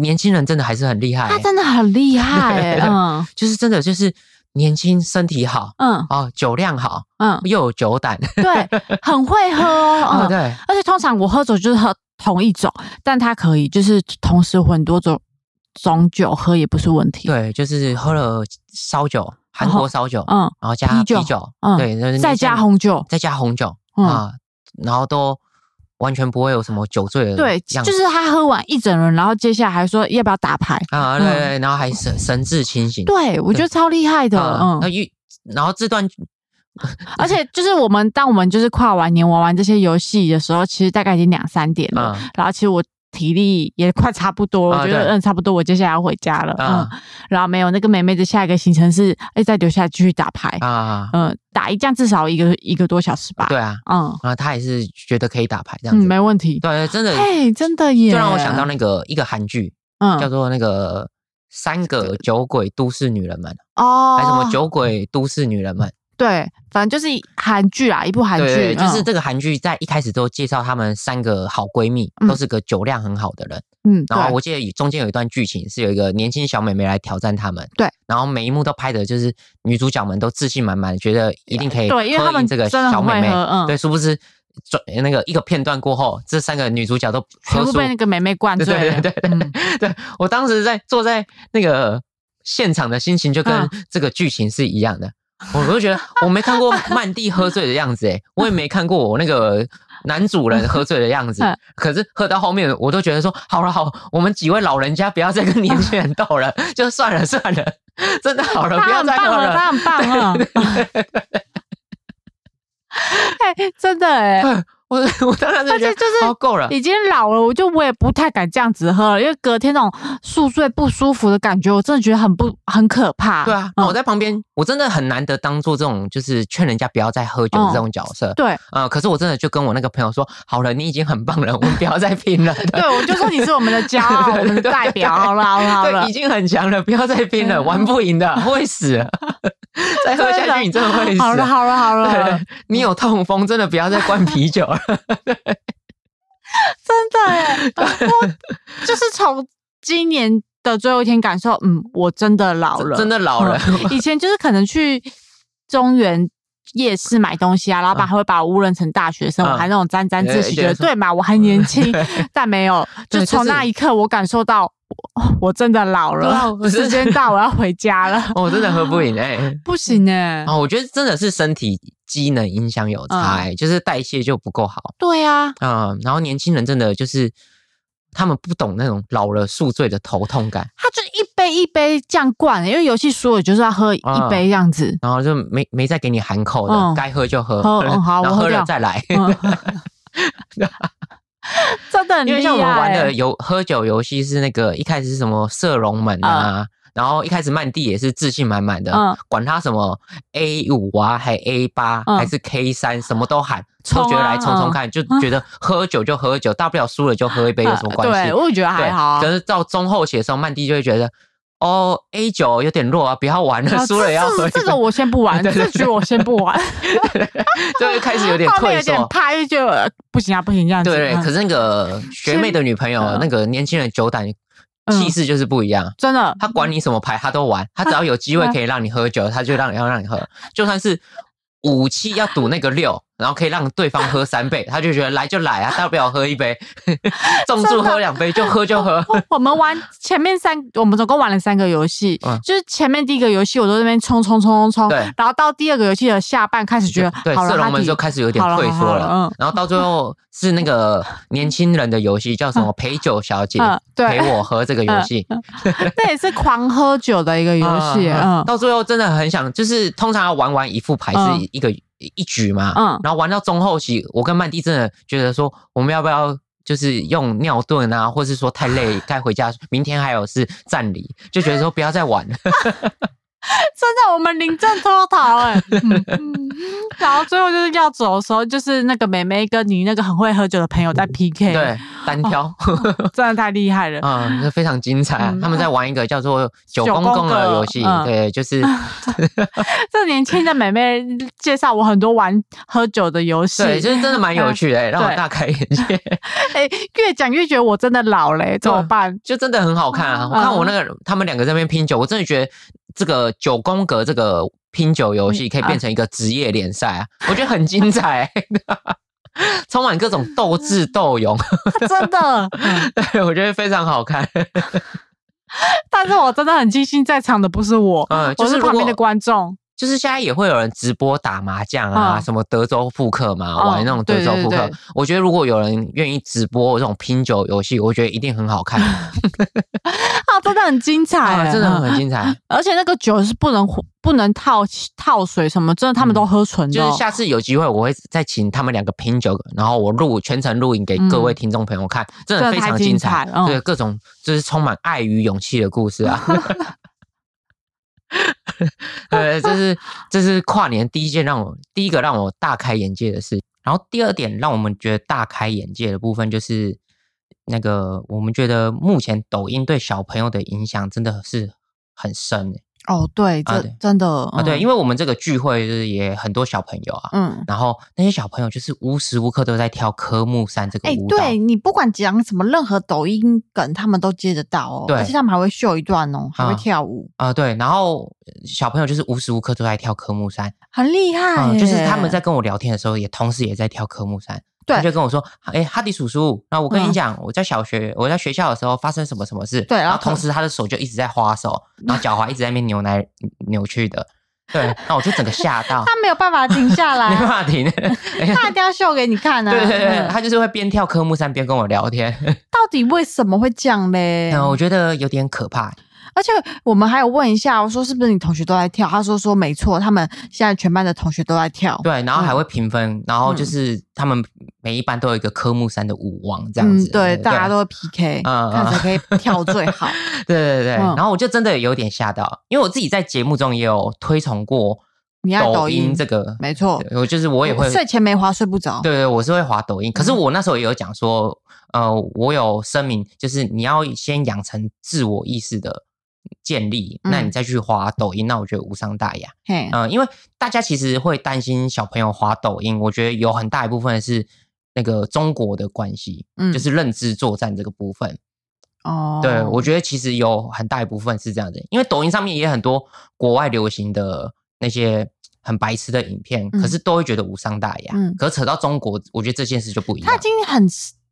Speaker 1: 年轻人真的还是很厉害
Speaker 2: 他
Speaker 1: 欸，
Speaker 2: 真的 很厉害欸，嗯
Speaker 1: 就是真的就是年轻，身体好
Speaker 2: 嗯
Speaker 1: 哦，酒量好，
Speaker 2: 嗯，
Speaker 1: 又有酒胆，
Speaker 2: 对， 很会喝
Speaker 1: 啊、
Speaker 2: 哦，嗯
Speaker 1: 对，
Speaker 2: 而且通常我喝酒就是喝同一种，但他可以就是同时混多种种酒喝也不是问题。，
Speaker 1: 对，就是喝了烧酒，韩
Speaker 2: 然
Speaker 1: 国
Speaker 2: 后
Speaker 1: 烧酒，
Speaker 2: 嗯
Speaker 1: 然后加
Speaker 2: 啤
Speaker 1: 啤
Speaker 2: 酒
Speaker 1: 酒，
Speaker 2: 嗯
Speaker 1: 对，就是
Speaker 2: 再
Speaker 1: 你
Speaker 2: 加
Speaker 1: 像
Speaker 2: 红酒，
Speaker 1: 再加红酒啊、
Speaker 2: 嗯
Speaker 1: 然后都完全不会有什么酒醉的
Speaker 2: 对，
Speaker 1: 样
Speaker 2: 就
Speaker 1: 子
Speaker 2: 是他喝完一整轮，然后接下来还说要不要打牌。
Speaker 1: 啊，
Speaker 2: 嗯
Speaker 1: 对对，然后还神神志清醒，
Speaker 2: 对，我觉得超厉害的，
Speaker 1: 啊，那
Speaker 2: 嗯，
Speaker 1: 遇然后这段
Speaker 2: 而且就是我们当我们就是跨完年玩完这些游戏的时候，其实大概已经两三点了，
Speaker 1: 啊
Speaker 2: 然后其实我体力也快差不多，
Speaker 1: 啊
Speaker 2: 我觉得
Speaker 1: 对
Speaker 2: 嗯差不多，我接下来要回家了，
Speaker 1: 啊
Speaker 2: 嗯，然后没有那个妹妹的下一个行程是哎再留下来继续打牌，
Speaker 1: 啊，
Speaker 2: 嗯，打一架至少一个一个多小时吧。
Speaker 1: 对啊，
Speaker 2: 嗯
Speaker 1: 然后他也是觉得可以打牌这样
Speaker 2: 嗯，
Speaker 1: 子，
Speaker 2: 没问题。
Speaker 1: 对，真的
Speaker 2: 嘿，真的耶！
Speaker 1: 就让我想到那个一个韩剧叫
Speaker 2: 嗯
Speaker 1: 做那个《三个酒鬼都市女人们》，
Speaker 2: 哦，
Speaker 1: 还是什么酒鬼都市女人们，
Speaker 2: 对，反正就是韩剧啦，一部韩剧，
Speaker 1: 对，就
Speaker 2: 嗯
Speaker 1: 是这个韩剧在一开始都介绍她们三个好闺蜜，
Speaker 2: 嗯
Speaker 1: 都是个酒量很好的人。
Speaker 2: 嗯，
Speaker 1: 然后
Speaker 2: 对
Speaker 1: 我记得有中间有一段剧情是有一个年轻小妹妹来挑战他们，
Speaker 2: 对，
Speaker 1: 然后每一幕都拍的就是女主角们都自信满满，觉得一定可以
Speaker 2: 对因为
Speaker 1: 喝
Speaker 2: 她们
Speaker 1: 赢这个
Speaker 2: 真的很
Speaker 1: 小妹妹
Speaker 2: 会喝，嗯
Speaker 1: 对，殊不知转那个一个片段过后，这三个女主角都
Speaker 2: 全
Speaker 1: 喝
Speaker 2: 部
Speaker 1: 输。
Speaker 2: 被那个妹妹灌醉了。
Speaker 1: 对对对
Speaker 2: 嗯
Speaker 1: 对我当时在坐在那个现场的心情就跟
Speaker 2: 嗯
Speaker 1: 这个剧情是一样的，我就觉得我没 看过曼蒂喝醉的样子、诶，我也没看过我那个。男主人喝醉的样子
Speaker 2: 嗯，
Speaker 1: 可是喝到后面，我都觉得说好了好，我们几位老人家不要再跟年轻人斗了，就算了算了，真的好了，不
Speaker 2: 他
Speaker 1: 要
Speaker 2: 很
Speaker 1: 再喝
Speaker 2: 棒了，
Speaker 1: 了。
Speaker 2: 他很 棒了。哎，真的哎，
Speaker 1: 我我当时就觉
Speaker 2: 而且
Speaker 1: 得
Speaker 2: 就是
Speaker 1: 哦够了，
Speaker 2: 已经老了，我就我也不太敢这样子喝了，因为隔天那种宿醉不舒服的感觉，我真的觉得很不很可怕。
Speaker 1: 对啊，
Speaker 2: 嗯
Speaker 1: 那我在旁边，我真的很难得当做这种就是劝人家不要再喝酒的这种角色。
Speaker 2: 对
Speaker 1: 呃，可是我真的就跟我那个朋友说，好了，你已经很棒了，我们不要再拼了。
Speaker 2: 对，我就说你是我们的骄
Speaker 1: 对对
Speaker 2: 傲，
Speaker 1: 对
Speaker 2: 我们的代表。好了好了 好了
Speaker 1: 对，已，经很强了，不要再拼了，
Speaker 2: 嗯
Speaker 1: 玩不赢的，会死。 再喝下去，你真的会死。
Speaker 2: 好了好了好了，
Speaker 1: 对，你有痛风，真的不要再灌啤酒了。
Speaker 2: 真的哎，我就是从今年的最后一天感受，嗯，我真的老了，
Speaker 1: 真
Speaker 2: 的
Speaker 1: 的老 了。
Speaker 2: 以前就是可能去中原。夜市买东西啊，老板还会把我误认成大学生，
Speaker 1: 嗯
Speaker 2: 我还那种沾沾自
Speaker 1: 对
Speaker 2: 喜，觉得
Speaker 1: 觉得说
Speaker 2: 对嘛，我还年轻， 但没有，
Speaker 1: 对
Speaker 2: 就
Speaker 1: 就
Speaker 2: 从
Speaker 1: 是
Speaker 2: 那一刻我感受到我我真的老
Speaker 1: 对啊
Speaker 2: 了，
Speaker 1: 我真的
Speaker 2: 时间到，我要回家了，
Speaker 1: 哦，真的喝不赢哎、欸。
Speaker 2: 不行哎、
Speaker 1: 哦，我觉得真的是身体机能影响有
Speaker 2: 嗯
Speaker 1: 差、欸，就是代谢就不够好。
Speaker 2: 对啊，
Speaker 1: 嗯，然后年轻人真的就是他们不懂那种老了宿醉的头痛感，
Speaker 2: 他就一杯一杯这样灌，欸因为游戏输了就是要喝一
Speaker 1: 啊
Speaker 2: 杯这样 子。
Speaker 1: 然后就没没再给你含口的，
Speaker 2: 嗯
Speaker 1: 该喝就喝，
Speaker 2: 喝嗯好
Speaker 1: 然后
Speaker 2: 我
Speaker 1: 喝
Speaker 2: 喝
Speaker 1: 了
Speaker 2: 掉
Speaker 1: 再 来。
Speaker 2: 嗯真的很厉害，欸
Speaker 1: 因为像我们玩的游喝酒游戏是那个一开始是什么射龙门啊，然后一开始曼蒂也是自信满满的，
Speaker 2: 嗯
Speaker 1: 管他什么 A 五啊，还 A 八、
Speaker 2: 嗯
Speaker 1: 还是 K 三，什么都喊，
Speaker 2: 冲
Speaker 1: 都
Speaker 2: 啊
Speaker 1: 觉得来冲冲看，就觉得喝酒就喝酒，大不了输了就喝一杯，有 什么关系？
Speaker 2: 对，我也觉得还好啊
Speaker 1: 可。是到中后期的时候，曼蒂就会觉得，哦，A 九有点弱啊，不要玩了，
Speaker 2: 啊
Speaker 1: 输了也要
Speaker 2: 这
Speaker 1: 喝一
Speaker 2: 这
Speaker 1: 杯
Speaker 2: 这，个我先不玩，
Speaker 1: 对对
Speaker 2: 这局我先不 玩，
Speaker 1: 就会开始有点
Speaker 2: 后面
Speaker 1: 退
Speaker 2: 有点
Speaker 1: 缩。
Speaker 2: 怕，就觉得呃不行啊，不行这样子。
Speaker 1: 对对，
Speaker 2: 嗯
Speaker 1: 可是那 个学妹的女朋友，
Speaker 2: 嗯
Speaker 1: 那个年轻人酒胆
Speaker 2: 嗯
Speaker 1: 气势就是不一样。
Speaker 2: 真的
Speaker 1: 他管你什么牌，他都玩。他只要有机会可以让你喝酒，他就让要让你喝。就算是武器要赌那个六，然后可以让对方喝三倍，他就觉得来就来啊，大不了喝一杯， 重注喝两杯就喝就 喝。
Speaker 2: 我们玩前面三，我们总共玩了三个游戏，
Speaker 1: 嗯
Speaker 2: 就是前面第一个游戏我都在那边冲冲冲冲冲
Speaker 1: 对，
Speaker 2: 然后到第二个游戏的下半开始觉得
Speaker 1: 对，
Speaker 2: 好了，
Speaker 1: 色
Speaker 2: 他
Speaker 1: 龙们
Speaker 2: 底
Speaker 1: 就开始有点
Speaker 2: 好了
Speaker 1: 退
Speaker 2: 好
Speaker 1: 缩
Speaker 2: 了
Speaker 1: 了
Speaker 2: 嗯。
Speaker 1: 然后到最后是那个年轻人的游戏，叫什么陪酒小姐
Speaker 2: 嗯对
Speaker 1: 陪我喝这个游戏。
Speaker 2: 那也是狂喝酒的一个游戏，
Speaker 1: 嗯
Speaker 2: 嗯
Speaker 1: 到最后真的很想，就是通常要玩完一副牌是
Speaker 2: 嗯
Speaker 1: 一个、一局嘛，
Speaker 2: 嗯
Speaker 1: 然后玩到中后期，我跟曼蒂真的觉得说，我们要不要就是用尿遁啊，或是说太 累该回家，明天还有是站离，就觉得说不要再玩了。
Speaker 2: 真的我们临阵脱逃哎、嗯嗯 然后最后就是要走的时候，就是那个妹妹跟你那个很会喝酒的朋友在 PK，
Speaker 1: 对，单
Speaker 2: 哦
Speaker 1: 挑，
Speaker 2: 真的太厉害了。
Speaker 1: 嗯，这非常精彩啊、
Speaker 2: 嗯
Speaker 1: 他们在玩一个叫做“九公
Speaker 2: 九
Speaker 1: 公”
Speaker 2: 宫
Speaker 1: 的
Speaker 2: 格
Speaker 1: 游戏，
Speaker 2: 嗯
Speaker 1: 对，就是
Speaker 2: 这年轻的妹妹介绍我很多玩喝酒的游戏，
Speaker 1: 对， 就是真的蛮有趣的、让我
Speaker 2: 嗯对
Speaker 1: 大开眼界。
Speaker 2: 哎、越讲越觉得我真的老嘞、怎么 办？
Speaker 1: 就真的很好看啊！
Speaker 2: 嗯
Speaker 1: 我看我那个他们两个在那边拼酒，我真的觉得这个九宫格这个拼酒游
Speaker 2: 嗯
Speaker 1: 戏可以
Speaker 2: 啊
Speaker 1: 变成一个职业联赛啊，我觉得很精彩、 充满各种斗智斗勇，
Speaker 2: 啊真的，
Speaker 1: 对我觉得非常好 看。
Speaker 2: 但是我真的很庆幸在场的不是我，
Speaker 1: 嗯，就
Speaker 2: 我是
Speaker 1: 如果
Speaker 2: 旁边的观众。
Speaker 1: 就是现在也会有人直播打麻将啊，
Speaker 2: 嗯
Speaker 1: 什么德州扑克嘛，
Speaker 2: 嗯
Speaker 1: 玩那种德州扑克
Speaker 2: 对对对。
Speaker 1: 我觉得如果有人愿意直播这种拼酒游戏，我觉得一定很好 看，
Speaker 2: 啊，真的很精彩、
Speaker 1: 啊
Speaker 2: 欸
Speaker 1: 真的
Speaker 2: 嗯
Speaker 1: 很精彩。
Speaker 2: 而且那个酒是不能不能套套水什么，真的他们都喝纯
Speaker 1: 嗯
Speaker 2: 的
Speaker 1: 就
Speaker 2: 哦、
Speaker 1: 是下次有机会，我会再请他们两个拼酒，然后我录全程录影给各位听众朋友看，真的非常精彩，
Speaker 2: 嗯这太精彩嗯
Speaker 1: 对各种就是充满爱与勇气的故事 啊。呃，这是这是跨年第一件让我第一个让我大开眼界的事，然后第二点让我们觉得大开眼界的部分就是那个我们觉得目前抖音对小朋友的影响真的是很深、欸
Speaker 2: 哦，对，这、
Speaker 1: 啊对
Speaker 2: 真的
Speaker 1: 啊，对，因
Speaker 2: 为
Speaker 1: 为我们这个聚会就是也很多小朋友啊，
Speaker 2: 嗯，
Speaker 1: 然后那些小朋友就是无时无刻都在跳科目三这个
Speaker 2: 哎、
Speaker 1: 舞蹈，
Speaker 2: 对你不管讲什么任何抖音梗，他们都接得到哦，
Speaker 1: 对
Speaker 2: 而且他们还会秀一段哦，还会
Speaker 1: 嗯
Speaker 2: 跳舞，
Speaker 1: 啊、对，然后小朋友就是无时无刻都在跳科目三，
Speaker 2: 很厉害、
Speaker 1: 嗯，就是他们在。跟我聊天的时候，也同时也在跳科目三，
Speaker 2: 对
Speaker 1: 他就跟我说，哎，哈迪叔叔，那我跟你
Speaker 2: 嗯
Speaker 1: 讲，我在小学我在学校的时候发生什么什么事，
Speaker 2: 对然
Speaker 1: 然
Speaker 2: 后
Speaker 1: 后同时他的手就一直在滑手，然后脚踝一直在那边扭来扭去的，对，那我就整个吓到
Speaker 2: 他，没有办法停下来
Speaker 1: 没办
Speaker 2: 啊，
Speaker 1: 法停，
Speaker 2: 他一定要秀给你看啊！
Speaker 1: 对对对，
Speaker 2: 嗯
Speaker 1: 他就是会边跳科目三边跟我聊天，
Speaker 2: 到底为什么会这样嘞？
Speaker 1: 嗯，我觉得有点可怕，
Speaker 2: 而且我们还有问一下，我哦说是不是你同学都在跳？他说说没错，他们现在全班的同学都在跳。
Speaker 1: 对，然后还
Speaker 2: 嗯
Speaker 1: 会评分，然后就
Speaker 2: 嗯
Speaker 1: 是他们每一班都有一个科目三的舞王这样
Speaker 2: 嗯
Speaker 1: 子，，
Speaker 2: 对，大家都会 PK，
Speaker 1: 嗯嗯
Speaker 2: 看谁可以跳最 好。
Speaker 1: 对对对。
Speaker 2: 嗯
Speaker 1: 然后我就真的有点吓到，因为我自己在节目中也有推崇过
Speaker 2: 你爱
Speaker 1: 抖
Speaker 2: 抖
Speaker 1: 音
Speaker 2: 音
Speaker 1: 这个，
Speaker 2: 没错，哦
Speaker 1: 对我就是我也会，
Speaker 2: 睡前没滑睡不着。
Speaker 1: 对对，我是会滑抖音，可
Speaker 2: 嗯
Speaker 1: 是我那时候也有讲说，呃，我有声明，就是你要先养成自我意识的。建立，那你
Speaker 2: 嗯
Speaker 1: 再去滑抖音，那我觉得无伤大雅。
Speaker 2: 嘿，
Speaker 1: 嗯，因为大家其实会担心小朋友滑抖音，我觉得有很大一部分是那个中国的关系，
Speaker 2: 嗯
Speaker 1: 就是认知作战这个部分。
Speaker 2: 哦，
Speaker 1: 对我觉得其实有很大一部分是这样的，因为抖音上面也很多国外流行的那些很白痴的影片，可
Speaker 2: 嗯
Speaker 1: 是都会觉得无伤大雅。
Speaker 2: 嗯
Speaker 1: 可是扯到中国，我觉得这件事就不一样
Speaker 2: 他已。经很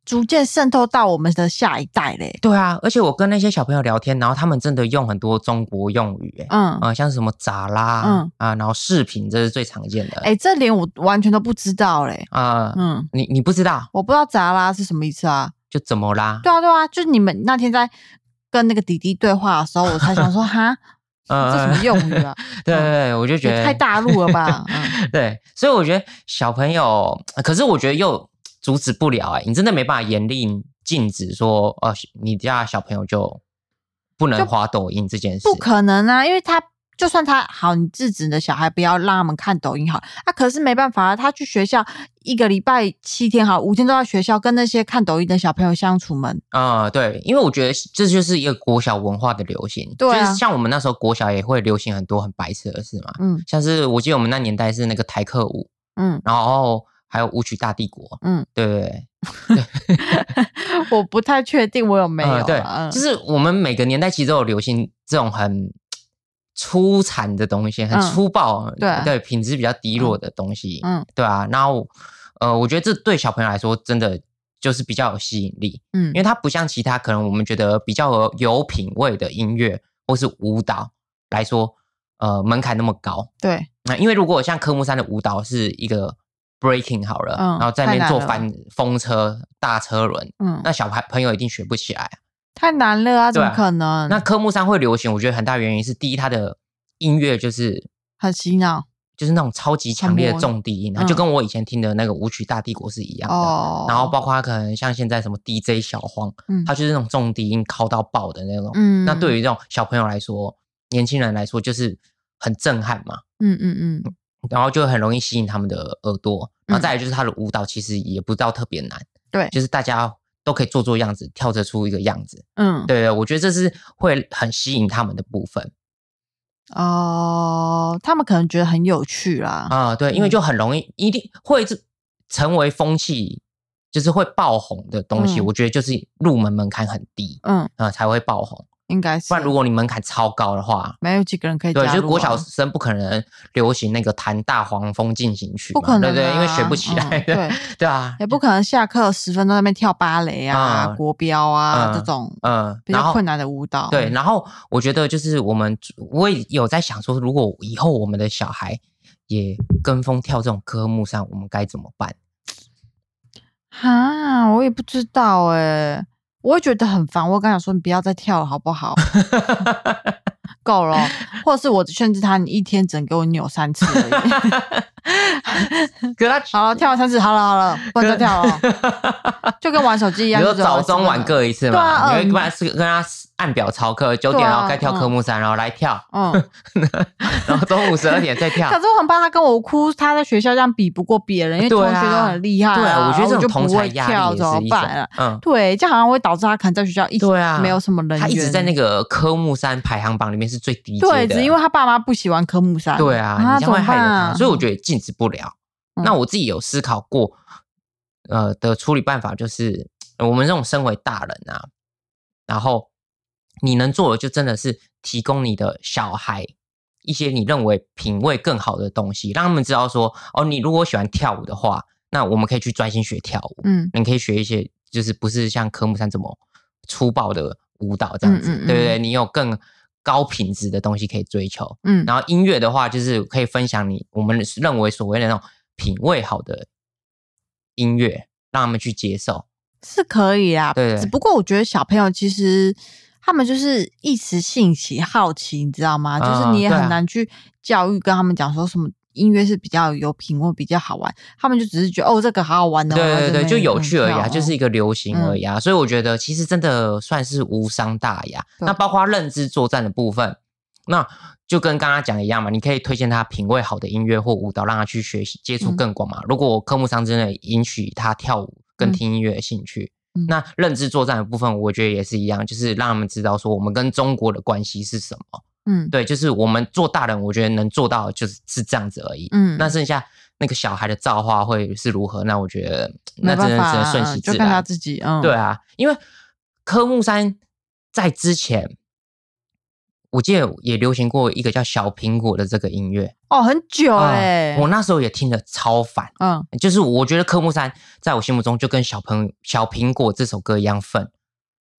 Speaker 2: 逐渐渗透到我们的下一代嘞。
Speaker 1: 对啊，而且我跟那些小朋友聊天，然后他们真的用很多中国用语、欸，
Speaker 2: 嗯，
Speaker 1: 呃，像什么咋啦，
Speaker 2: 嗯
Speaker 1: 啊，然后视频这是最常见的，
Speaker 2: 哎、这连我完全都不知道嘞。
Speaker 1: 啊、
Speaker 2: 嗯，
Speaker 1: 你你不知道，
Speaker 2: 我不知道咋啦是什么意思啊？
Speaker 1: 就怎么啦？
Speaker 2: 对啊，对啊，就是你们那天在跟那个弟弟对话的时候，我才想说， 哈，
Speaker 1: 嗯
Speaker 2: 这什么用语啊？
Speaker 1: 对对对， 我就觉
Speaker 2: 也
Speaker 1: 得
Speaker 2: 太大陆了吧？嗯，
Speaker 1: 对，所以我觉得小朋友，呃可是我觉得又阻止欸哦不了哎、你真的没办法严令禁止说，呃，你家小朋友就不能滑抖音这件事，
Speaker 2: 不可能啊，因为他就算他好，你制止你的小孩不要让他们看抖音好，啊，可是没办法啊，他去学校一个礼拜七天好，五天都在学校跟那些看抖音的小朋友相处们，
Speaker 1: 啊、对，因为我觉得这就是一个国小文化的流行，
Speaker 2: 对啊
Speaker 1: 就是像我们那时候国小也会流行很多很白痴的事嘛，
Speaker 2: 嗯
Speaker 1: 像是我记得我们那年代是那个台客舞，
Speaker 2: 嗯
Speaker 1: 然后还有舞曲大帝国，
Speaker 2: 嗯，
Speaker 1: 对不对？
Speaker 2: 我不太确定我有没有
Speaker 1: 呃对
Speaker 2: 啊、，
Speaker 1: 就
Speaker 2: 嗯
Speaker 1: 是我们每个年代其实都有流行这种很粗残的东西，很
Speaker 2: 嗯
Speaker 1: 粗暴，
Speaker 2: 对
Speaker 1: 对，品质比较低落的东西，
Speaker 2: 嗯
Speaker 1: 对啊。然后呃，我觉得这对小朋友来说真的就是比较有吸引力，
Speaker 2: 嗯
Speaker 1: 因为它不像其他可能我们觉得比较有有品味的音乐或是舞蹈来说，呃，门槛那么高。
Speaker 2: 对，
Speaker 1: 那因为如果像科目三的舞蹈是一个 breaking 好了，
Speaker 2: 嗯
Speaker 1: 然后在那边
Speaker 2: 太难
Speaker 1: 做
Speaker 2: 了
Speaker 1: 翻风车、大车轮，
Speaker 2: 嗯，
Speaker 1: 那小孩朋友一定学不起来。
Speaker 2: 太难了啊，怎
Speaker 1: 对啊
Speaker 2: 么可能？
Speaker 1: 那科目三会流行，我觉得很大原因是第一，它的音乐就是
Speaker 2: 很洗脑
Speaker 1: 就是那种超级强烈的
Speaker 2: 很魔
Speaker 1: 重低音，
Speaker 2: 嗯
Speaker 1: 然后就跟我以前听的那个舞曲大帝国是一样的。
Speaker 2: 哦，
Speaker 1: 啊然后包括它可能像现在什么 DJ 小黄，
Speaker 2: 嗯
Speaker 1: 它就是那种重低音靠到爆的那种。
Speaker 2: 嗯，
Speaker 1: 那对于这种小朋友来说，年轻人来说就是很震撼嘛，
Speaker 2: 嗯嗯嗯
Speaker 1: 然后就很容易吸引他们的耳朵。然
Speaker 2: 嗯
Speaker 1: 后再来就是他的舞蹈其实也不到特别难，
Speaker 2: 对
Speaker 1: 就是大家都可以做做样子，跳着出一个样子。
Speaker 2: 嗯
Speaker 1: 对对，我觉得这是会很吸引他们的部分。
Speaker 2: 哦，他们可能觉得很有趣啦，
Speaker 1: 啊，对，因为
Speaker 2: 嗯
Speaker 1: 就很容易，一定会是成为风气，就是会爆红的东西。
Speaker 2: 嗯
Speaker 1: 我觉得就是入门门槛很低
Speaker 2: 嗯，
Speaker 1: 啊、呃才会爆红。
Speaker 2: 应该是，
Speaker 1: 不然如果你门槛超高的话，
Speaker 2: 没有几个人可以加
Speaker 1: 对，
Speaker 2: 入啊，
Speaker 1: 就是国小生不可能流行那个弹大黄蜂进行曲嘛，
Speaker 2: 不可能
Speaker 1: 对
Speaker 2: 啊，
Speaker 1: 不对？因为学不起来，
Speaker 2: 嗯对，
Speaker 1: 对啊，
Speaker 2: 也不可能下课十分钟在那边跳芭蕾啊、
Speaker 1: 嗯
Speaker 2: 国标啊、
Speaker 1: 嗯
Speaker 2: 这种
Speaker 1: 嗯，
Speaker 2: 比
Speaker 1: 然
Speaker 2: 较
Speaker 1: 后
Speaker 2: 困难的舞蹈。
Speaker 1: 对，，然后我觉得就是我们，我也有在想说，如果以后我们的小孩也跟风跳这种科目上，我们该怎么办？
Speaker 2: 哈，我也不知道哎、我会觉得很烦。我跟他讲说，你不要再跳了，好 不好？够了，哦或者是我劝制他，你一天只能给我扭三次而已。
Speaker 1: 可他
Speaker 2: 好了，跳完三次，好了好了，不能再跳了，哦 就跟玩手机一
Speaker 1: 你
Speaker 2: 样。
Speaker 1: 说
Speaker 2: 就只有
Speaker 1: 早中晚各一次
Speaker 2: 对啊
Speaker 1: 嘛，
Speaker 2: 嗯
Speaker 1: 你会跟他是跟他按表操课，九点
Speaker 2: 对啊
Speaker 1: 然后该跳科目三，然后来跳，
Speaker 2: 玩手机。嗯，
Speaker 1: 然后中午十二点再 跳
Speaker 2: 可。是我很怕他跟我哭，他在学校这样比不过别人，因为同
Speaker 1: 对
Speaker 2: 学
Speaker 1: 啊
Speaker 2: 都很厉害、
Speaker 1: 对啊，
Speaker 2: 我
Speaker 1: 我觉得这
Speaker 2: 就
Speaker 1: 种同
Speaker 2: 不
Speaker 1: 才
Speaker 2: 会
Speaker 1: 压
Speaker 2: 跳
Speaker 1: 力也
Speaker 2: 怎么
Speaker 1: 是一种
Speaker 2: 办啊？，
Speaker 1: 嗯，
Speaker 2: 对，这样好像会导致他可能在学校一直
Speaker 1: 对啊，
Speaker 2: 没有什么人缘，
Speaker 1: 他一直在那个科目三排行榜里面是最低阶
Speaker 2: 对，
Speaker 1: 的，
Speaker 2: 只因为他爸妈不喜欢科目三，
Speaker 1: 对啊，
Speaker 2: 啊，
Speaker 1: 你这
Speaker 2: 怎
Speaker 1: 样会
Speaker 2: 么
Speaker 1: 害
Speaker 2: 办
Speaker 1: 了他，
Speaker 2: 啊？
Speaker 1: 所以我觉得禁止不了。
Speaker 2: 嗯
Speaker 1: 那我自己有思考过，呃的处理办法就是，呃我们这种身为大人啊，然后你能做的就真的是提供你的小孩一些你认为品味更好的东西，让他们知道说，哦，你如果喜欢跳舞的话，那我们可以去专心学跳舞，
Speaker 2: 嗯
Speaker 1: 你可以学一些就是不是像科目三这么粗暴的舞蹈这样子，
Speaker 2: 嗯嗯嗯
Speaker 1: 对不对？你有更高品质的东西可以追求。
Speaker 2: 嗯
Speaker 1: 然后音乐的话，就是可以分享你我们认为所谓的那种品味好的音乐，让他们去接受。
Speaker 2: 是可以啊，
Speaker 1: 对对
Speaker 2: 只不过我觉得小朋友其实他们就是一时兴起、好奇，你知道吗？就是
Speaker 1: 嗯
Speaker 2: 你也
Speaker 1: 对啊
Speaker 2: 很难去教育跟他们讲说什么。音乐是比较有品味、比较好玩，他们就只是觉得哦，这个好好玩的，
Speaker 1: 对对对，就有趣而已啊，就是
Speaker 2: 一
Speaker 1: 一个流行而已啊。所以我觉得其实真的算是无伤大雅。
Speaker 2: 对
Speaker 1: 那包括认知作战的部分，那就跟刚刚讲的一样嘛，你可以推荐他品味好的音乐或舞蹈，让他去学习接触
Speaker 2: 嗯
Speaker 1: 更广嘛。如果科目上真的允许他跳舞跟听音乐的兴趣。
Speaker 2: 嗯
Speaker 1: 那认知作战的部分，我觉得也是一样，就是让他们知道说我们跟中国的关系是什么。
Speaker 2: 嗯
Speaker 1: 对，就是我们做大人，我觉得能做到的就是是这样子而已。
Speaker 2: 嗯，
Speaker 1: 那剩下那个小孩的造化会是如何？那我觉得那
Speaker 2: 没
Speaker 1: 真
Speaker 2: 办
Speaker 1: 的
Speaker 2: 法
Speaker 1: 只能
Speaker 2: 啊，
Speaker 1: 顺其
Speaker 2: 就
Speaker 1: 自
Speaker 2: 看他
Speaker 1: 然。
Speaker 2: 自己，嗯，
Speaker 1: 对，啊，因为科目三在之前，我记得也流行过一个叫《小苹果》的这个音乐。
Speaker 2: 哦，很久
Speaker 1: 啊
Speaker 2: 哎，
Speaker 1: 我那时候也听得超烦，
Speaker 2: 嗯
Speaker 1: 就是我觉得科目三在我心目中就跟小朋小苹果这首歌一样愤。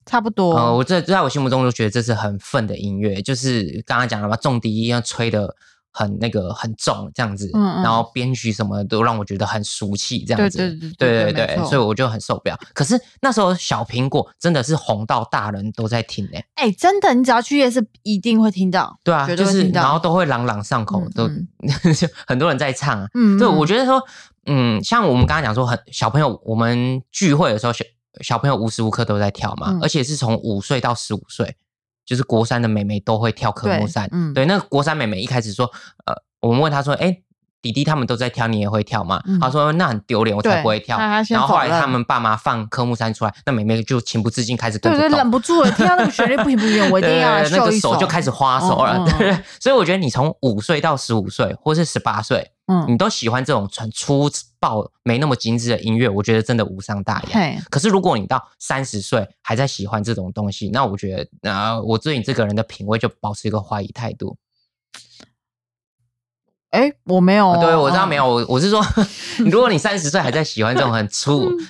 Speaker 2: 差不多，
Speaker 1: 呃，我这在我心目中就觉得这是很愤的音乐，就是刚刚讲了嘛，重低音要吹的很那个很重这样子，
Speaker 2: 嗯嗯
Speaker 1: 然后编曲什么都让我觉得很俗气这样
Speaker 2: 对
Speaker 1: 子。
Speaker 2: 对对
Speaker 1: 对
Speaker 2: 对没错
Speaker 1: 所以我就很受不了。可是那时候小苹果真的是红到大人都在听诶、
Speaker 2: 哎、真的，你只要去夜市，一定会听到。
Speaker 1: 对啊，
Speaker 2: 绝
Speaker 1: 就
Speaker 2: 对会
Speaker 1: 是
Speaker 2: 听到
Speaker 1: 然后都会朗朗上口，
Speaker 2: 嗯
Speaker 1: 都、
Speaker 2: 嗯
Speaker 1: 就很多人在唱啊。
Speaker 2: 嗯，
Speaker 1: 对，我
Speaker 2: 觉
Speaker 1: 觉得说，嗯，像我们刚刚讲说，很小朋友，我们聚会的时候，小小朋友无时无刻都在跳嘛，
Speaker 2: 嗯
Speaker 1: 而且是从五岁到十五岁，就是国三的妹妹都会跳科目
Speaker 2: 对
Speaker 1: 三。
Speaker 2: 嗯
Speaker 1: 对，那个国三妹妹一开始说，呃，我们问她说，哎、弟弟他们都在跳，你也会跳吗？
Speaker 2: 嗯
Speaker 1: 她说那很丢脸，我才
Speaker 2: 对
Speaker 1: 不会跳。
Speaker 2: 她她先
Speaker 1: 然后后
Speaker 2: 否
Speaker 1: 来
Speaker 2: 认
Speaker 1: 他们爸妈放科目三出来，那妹妹就情不自禁开始跟
Speaker 2: 对
Speaker 1: 着
Speaker 2: 对，
Speaker 1: 动
Speaker 2: 忍不住了，听到那个旋律不行不行，我一定要来
Speaker 1: 对那
Speaker 2: 秀
Speaker 1: 个
Speaker 2: 一
Speaker 1: 手就开始花手了。
Speaker 2: 嗯嗯嗯
Speaker 1: 对， 所以我觉得你从五岁到十五岁，或是十八岁，
Speaker 2: 嗯，
Speaker 1: 你都喜欢这种很粗暴、没那么精致的音乐，我觉得真的无伤大雅。
Speaker 2: 嘿，
Speaker 1: 可是如果你到三十岁还在喜欢这种东西，那我觉得，呃，我对你这个人的品味就保持一个怀疑态度。
Speaker 2: 哎，我没有哦，
Speaker 1: 啊对，我知道没
Speaker 2: 嗯
Speaker 1: 有，我我是说，如果你三十岁还在喜欢这种很粗。
Speaker 2: 嗯